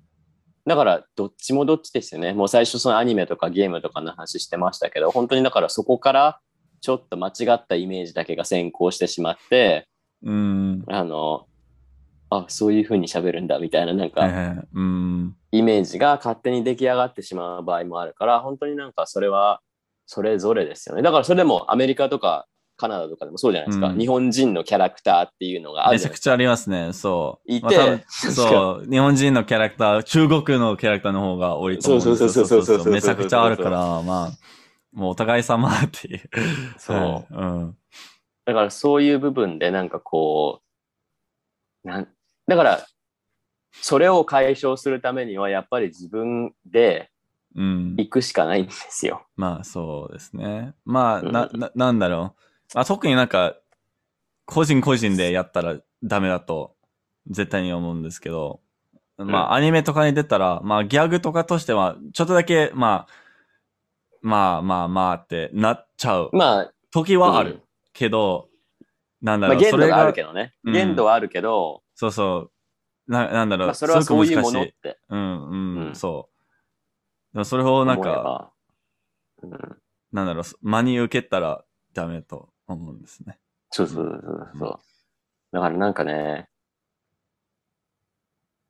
B: だからどっちもどっちですよね。もう最初そのアニメとかゲームとかの話してましたけど、本当にだからそこからちょっと間違ったイメージだけが先行してしまって、
A: うん。
B: あの、あ、そういう風に喋るんだみたいななん
A: はい
B: か
A: はいうん。
B: イメージが勝手に出来上がってしまう場合もあるから、本当になんかそれはそれぞれですよね。だからそれでもアメリカとかカナダとかでもそうじゃないですか。
A: うん
B: 日本人のキャラクターっていうのがある
A: め
B: じ
A: ち
B: ゃ
A: ゃ
B: ない
A: く
B: ですか。
A: ちゃありますね。そう。
B: いて
A: まあ多分
B: なんか
A: そう。日本人のキャラクター、中国のキャラクターの方が多いと思うんですよ。
B: そうそうそうそうそうそう
A: めちゃくちゃあるから、まあ、もうお互い様っていう。
B: そう
A: はいうん。
B: だからそういう部分でなんかこう、なんだから、それを解消するためにはやっぱり自分で
A: うん。
B: 行くしかないんですよ。
A: まあそうですね。まあ、な、
B: うん
A: な、なんだろう。まあ特になんか、個人個人でやったらダメだと、絶対に思うんですけど、まあアニメとかに出たら、まあギャグとかとしては、ちょっとだけ、まあ、まあまあまあってなっちゃう
B: まあ、
A: 時はある
B: うん
A: けど、なんだ
B: まあ
A: ろう、
B: 限
A: そ
B: 度
A: れ
B: があ
A: が
B: るけ、どね。
A: うん
B: 限度はあるけど、
A: そうそう、な、なんだろう、
B: まあそれはそういう
A: すご
B: も
A: く
B: の
A: 難
B: っ
A: しい。
B: て
A: うん、うん、
B: うん
A: そう。でもそれを
B: 思
A: な
B: え
A: んか、
B: ば。うん、
A: なんだろう、真に受けたらダメと思うんですね。
B: そうそうそうそう。だからなんかね、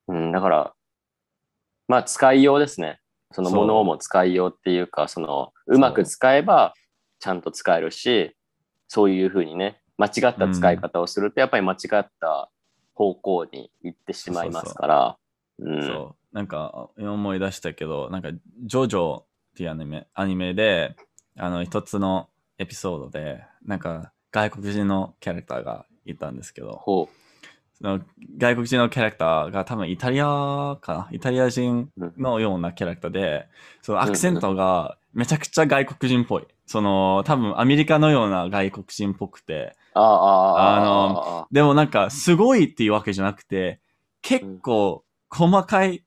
B: うん、だから、まあ使いようですね。その
A: そう
B: ものも使いようっていうか、その、うまく使えばちゃんと使えるし、そういうふうにね、間違った使い方をすると、やっぱり間違った方向に行ってしまいますから、うん。
A: そう。なんか、今思い出したけど、なんか、ジョジョっていうアニメ、アニメで、あの、一つのエピソードで、なんか、外国人のキャラクターがいたんですけど、
B: ほ
A: その外国人のキャラクターが多分イタリアかなイタリア人
B: う。うん
A: のようなキャラクターで、そのアクセントがめちゃくちゃ外国人っぽい。その、多分アメリカのような外国人っぽくて、
B: ああ、ああ、
A: あ
B: ああ、
A: でもなんか、すごいっていうわけじゃなくて、結構細かい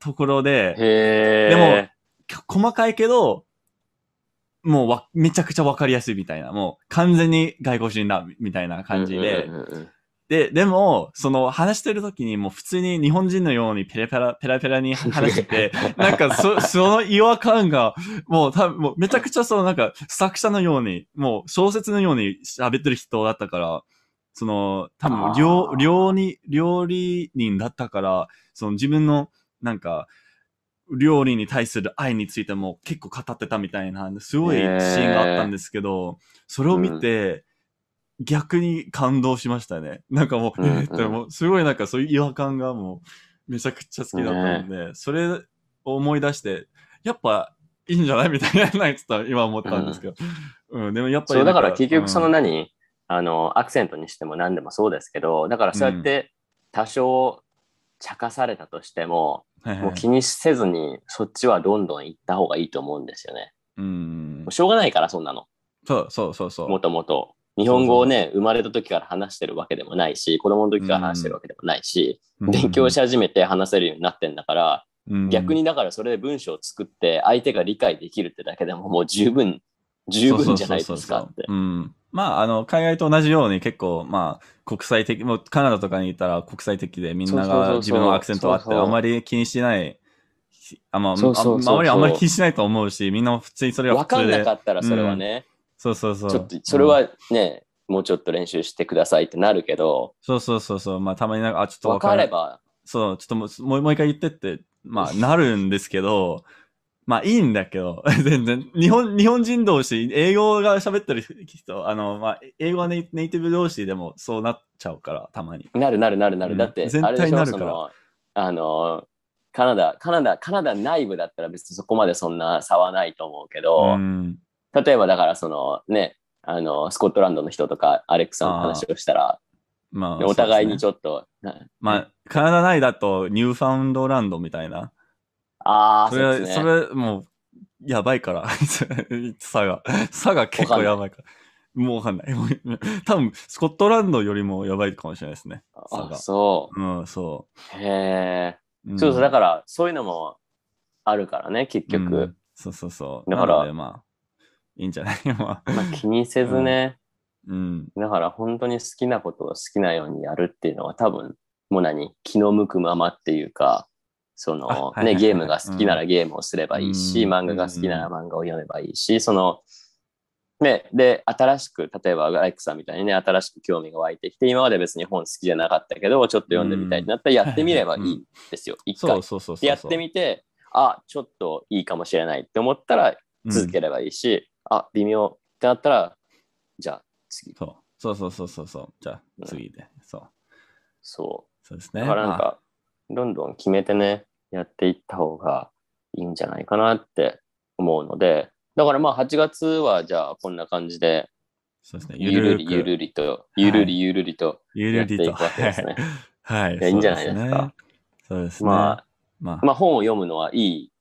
A: ところで、
B: へえ。
A: でも細かいけど、もうわ、めちゃくちゃわかりやすいみたいな、もう完全に外国人だ、みたいな感じで。
B: うんうんうんうん
A: で、でも、その話してる時にもう普通に日本人のようにペラペラ、ペラペラに話して て、 なんかそ、その違和感が、もう多分、もうめちゃくちゃそのなんか作者のように、もう小説のように喋ってる人だったから、その、多
B: あ
A: 分
B: ー
A: 料、料理、料理人だったから、その自分の、なんか、料理に対する愛についても結構語ってたみたいな、すごいシーンがあったんですけど、それを見て、逆に感動しましたね。なんかもう、
B: うんうん
A: えーってもうすごいなんかそういう違和感がもう、めちゃくちゃ好きだったんで、それを思い出して、やっぱいいんじゃないみたいな、 なんかちょっと今思ったんですけど。うん、でもやっぱり
B: そう
A: な
B: だ
A: ん。
B: から結局その
A: うん
B: 何、あのアクセントにしても何でもそうですけどだからそうやって多少茶化されたとしても、
A: はいはい
B: もう気にせずにそっちはどんどん行った方がいいと思うんですよね。
A: うん
B: もう。しょうがないからそんなの
A: そうそうそうそう。
B: もともと。日本語をね生まれた時から話してるわけでもないし子供の時から話してるわけでもないし、勉強し始めて話せるようになってんだから、
A: うん
B: 逆にだからそれで文章を作って相手が理解できるってだけでももう十分十分じゃないです
A: そ
B: か
A: うそうそう
B: って
A: そ。ううん。まあ、あの、海外と同じように結構、まあ、国際的、もうカナダとかにいたら国際的でみんな
B: そうそうそう
A: が
B: そう
A: 自分のアクセントがあっ
B: そう
A: て、
B: そう
A: あまり気にしない、あまあ、
B: そうそうそうそう
A: あ周りはあまり気にしないと思うし、みんな普通にそれは
B: わ
A: 普
B: か
A: 通
B: ん
A: で。
B: なかったらそれはね、
A: そうそうそう。
B: ちょっとそれはね、もうちょっと練習してくださいってなるけど、
A: そうそうそうそう。まあ、たまになんか、あ、ちょっと
B: 分
A: わ
B: か
A: か
B: れ
A: る。
B: ば、
A: そう、ちょっともう、もうもう一回言ってって、まあ、なるんですけど、まあ、いいんだけど、 全然。日本、日本人同士、英語が喋ってる人、あの、まあ、英語はネイネイティブ同士でもそうなっちゃうから、たまに。
B: なるなるなるな
A: う
B: る。
A: ん
B: だって、
A: 絶対
B: あれでしょ、
A: なる
B: そ
A: から
B: の、あの、カナダ、カナダ、カナダ内部だったら別にそこまでそんな差はないと思うけど、
A: うん。
B: 例えばだからそのね、あの、スコットランドの人とか、アレックさんの話をしたら、
A: まあ、
B: お互いに
A: ょ
B: ちょっと、な
A: まあ、カナダ内だとニューファウンドランドみたいな。
B: ああ、
A: そ
B: そ
A: れ
B: う
A: は、
B: ですね。
A: それ、もう、やばいから。差が、差が結構やばいから。もうわかんない。 もう多分、スコットランドよりもやばいかもしれないですね。差
B: あ、
A: が
B: そ。
A: うん、そう
B: へえ。
A: う。うん
B: そうそう、だから、そういうのもあるからね、結局。
A: うんそうそうそう。
B: だから
A: なのでまあ、いいんじゃない まあ、
B: まあ、気にせずね、
A: うん。
B: だから本当に好きなことを好きなようにやるっていうのは多分、もう何、気の向くままっていうか、そ
A: あ
B: の
A: はいはいはい
B: ね、
A: はい
B: ゲームが好きならゲームをすればいいし、
A: うん
B: 漫画が好きなら漫画を読めばいいし、その、ね、で、新しく、例えばライクさんみたいにね、新しく興味が湧いてきて、今まで別に本好きじゃなかったけど、ちょっと読んでみたいってなったらやってみればいいんですよ、一
A: そ
B: 回
A: う。そうそうそうそう。
B: でやってみて、あ、ちょっといいかもしれないって思ったら続ければいいし、あ、微妙ってなったら、じゃあ次
A: うんそうそうそうそうそうそう。じゃあ、次で。そう。
B: そ
A: そうです
B: う。
A: ね。
B: だからなん
A: まあ
B: か、どんどん決めてね、やっていった方がいいんじゃないかなって思うので、だからまあ8月はじゃあこんな感じで、
A: そうですね。
B: ゆる
A: ー
B: り
A: く
B: ゆるりと、ゆるりゆるりと、
A: ゆるりと。
B: やっていくわけですね
A: はい。
B: いやいいんじゃないですか
A: そうですね。そうですね。
B: まあ、
A: まあ、
B: まあ本を読むのはいい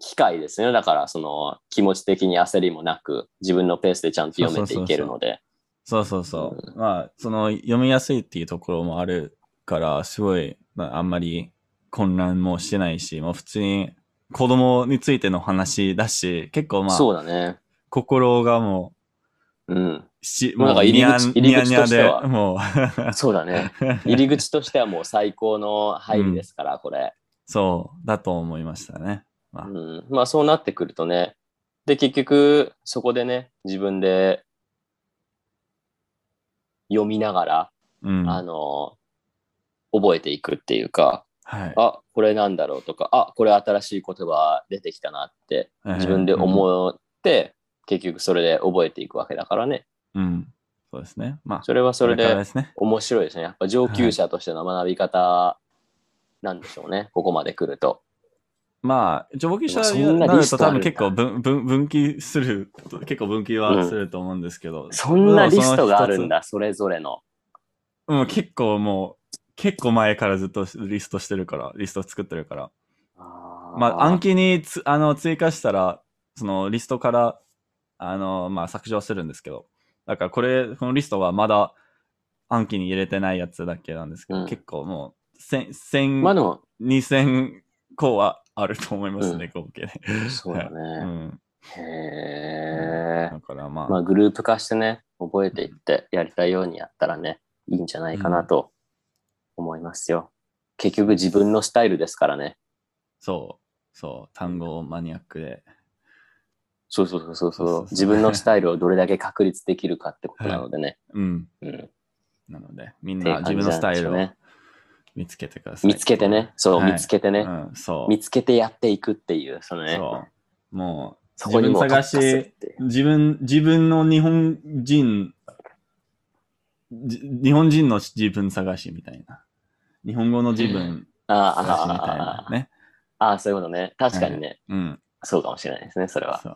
B: 機会ですね。だからその気持ち的に焦りもなく、自分のペースでちゃんと読めていけるので。
A: そうそうそう。まあ、その、読みやすいっていうところもあるから、すごい、まあ、あんまり混乱もしてないし、もう普通に子供についての話だし、結構まあ、
B: そうだね。
A: 心がも
B: うん。
A: う、し、
B: ま
A: も
B: あ
A: う、
B: なんか入り口入り口として
A: で
B: は、
A: もう、
B: そうだね。入り口としてはもう最高の入りですから、これ。
A: そう、だと思いましたね。まあ、
B: うん、まあそうなってくるとね。で、結局、そこでね、自分で読みながら、
A: うん。
B: あの、覚えていくっていうか、
A: はい。
B: あ、これなんだろうとか、あ、これ新しい言葉出てきたなって、自分で
A: う。
B: 思って、結局それで覚えていくわけだからね。
A: うん。うんそうですね。まあ、
B: それはそれ
A: こから
B: で
A: ですね。
B: 面白いですね。やっぱ上級者としての学び方なんでしょうね、ここまで来ると。
A: まあ、上級者
B: でもそん
A: に
B: な
A: なる
B: リス
A: と
B: ト
A: 多
B: ある
A: 分
B: んだ
A: 結構分分分岐する、結構分岐はすると思うんですけど。
B: そんなリストがあるんだ、それぞれの。
A: うん、結構もう、結構前からずっとリストしてるから、リスト作ってるから。まあ、暗記につあの追加したら、そのリストから、あの、まあ、削除するんですけど。だからこれ、このリストはまだ暗記に入れてないやつだけなんですけど、
B: うん
A: 結構もう、千、千、
B: まあでも、
A: 二千個はあると思いますね、合計で。
B: そうだ
A: う
B: ね。
A: ん。
B: へえ。
A: だからまあ、
B: まあグループ化してね、覚えていって、やりたいようにやったらね、いいんじゃないかなと思いますよ。結局自分のスタイルですからね。
A: そう、そう、単語マニアックで。
B: そうそうそうそ
A: そう
B: うそ
A: そうそ
B: う
A: う
B: 自分のスタイルをどれだけ確立できるかってことなのでね。
A: うん。
B: うん、
A: なので、みん
B: っていう
A: な
B: 感じ
A: 自分のスタイル
B: なん
A: を
B: で
A: 見つけてください。
B: 見つけてね。そう、
A: はい
B: 見つけてね、
A: うん、そう。
B: 見つけてやっていくっていう、そのね。
A: そう。もう、
B: そこにも
A: 自分探
B: 特化する
A: し
B: っ、ていう
A: 自分、自分の日本人、じ日本人の自分探しみたいな。日本語の自分
B: ああ
A: 探しみたい
B: あ
A: な
B: あ
A: ね。
B: ああ、そういうことね。確かにね、
A: うん。
B: そうかもしれないですね、それは。
A: そう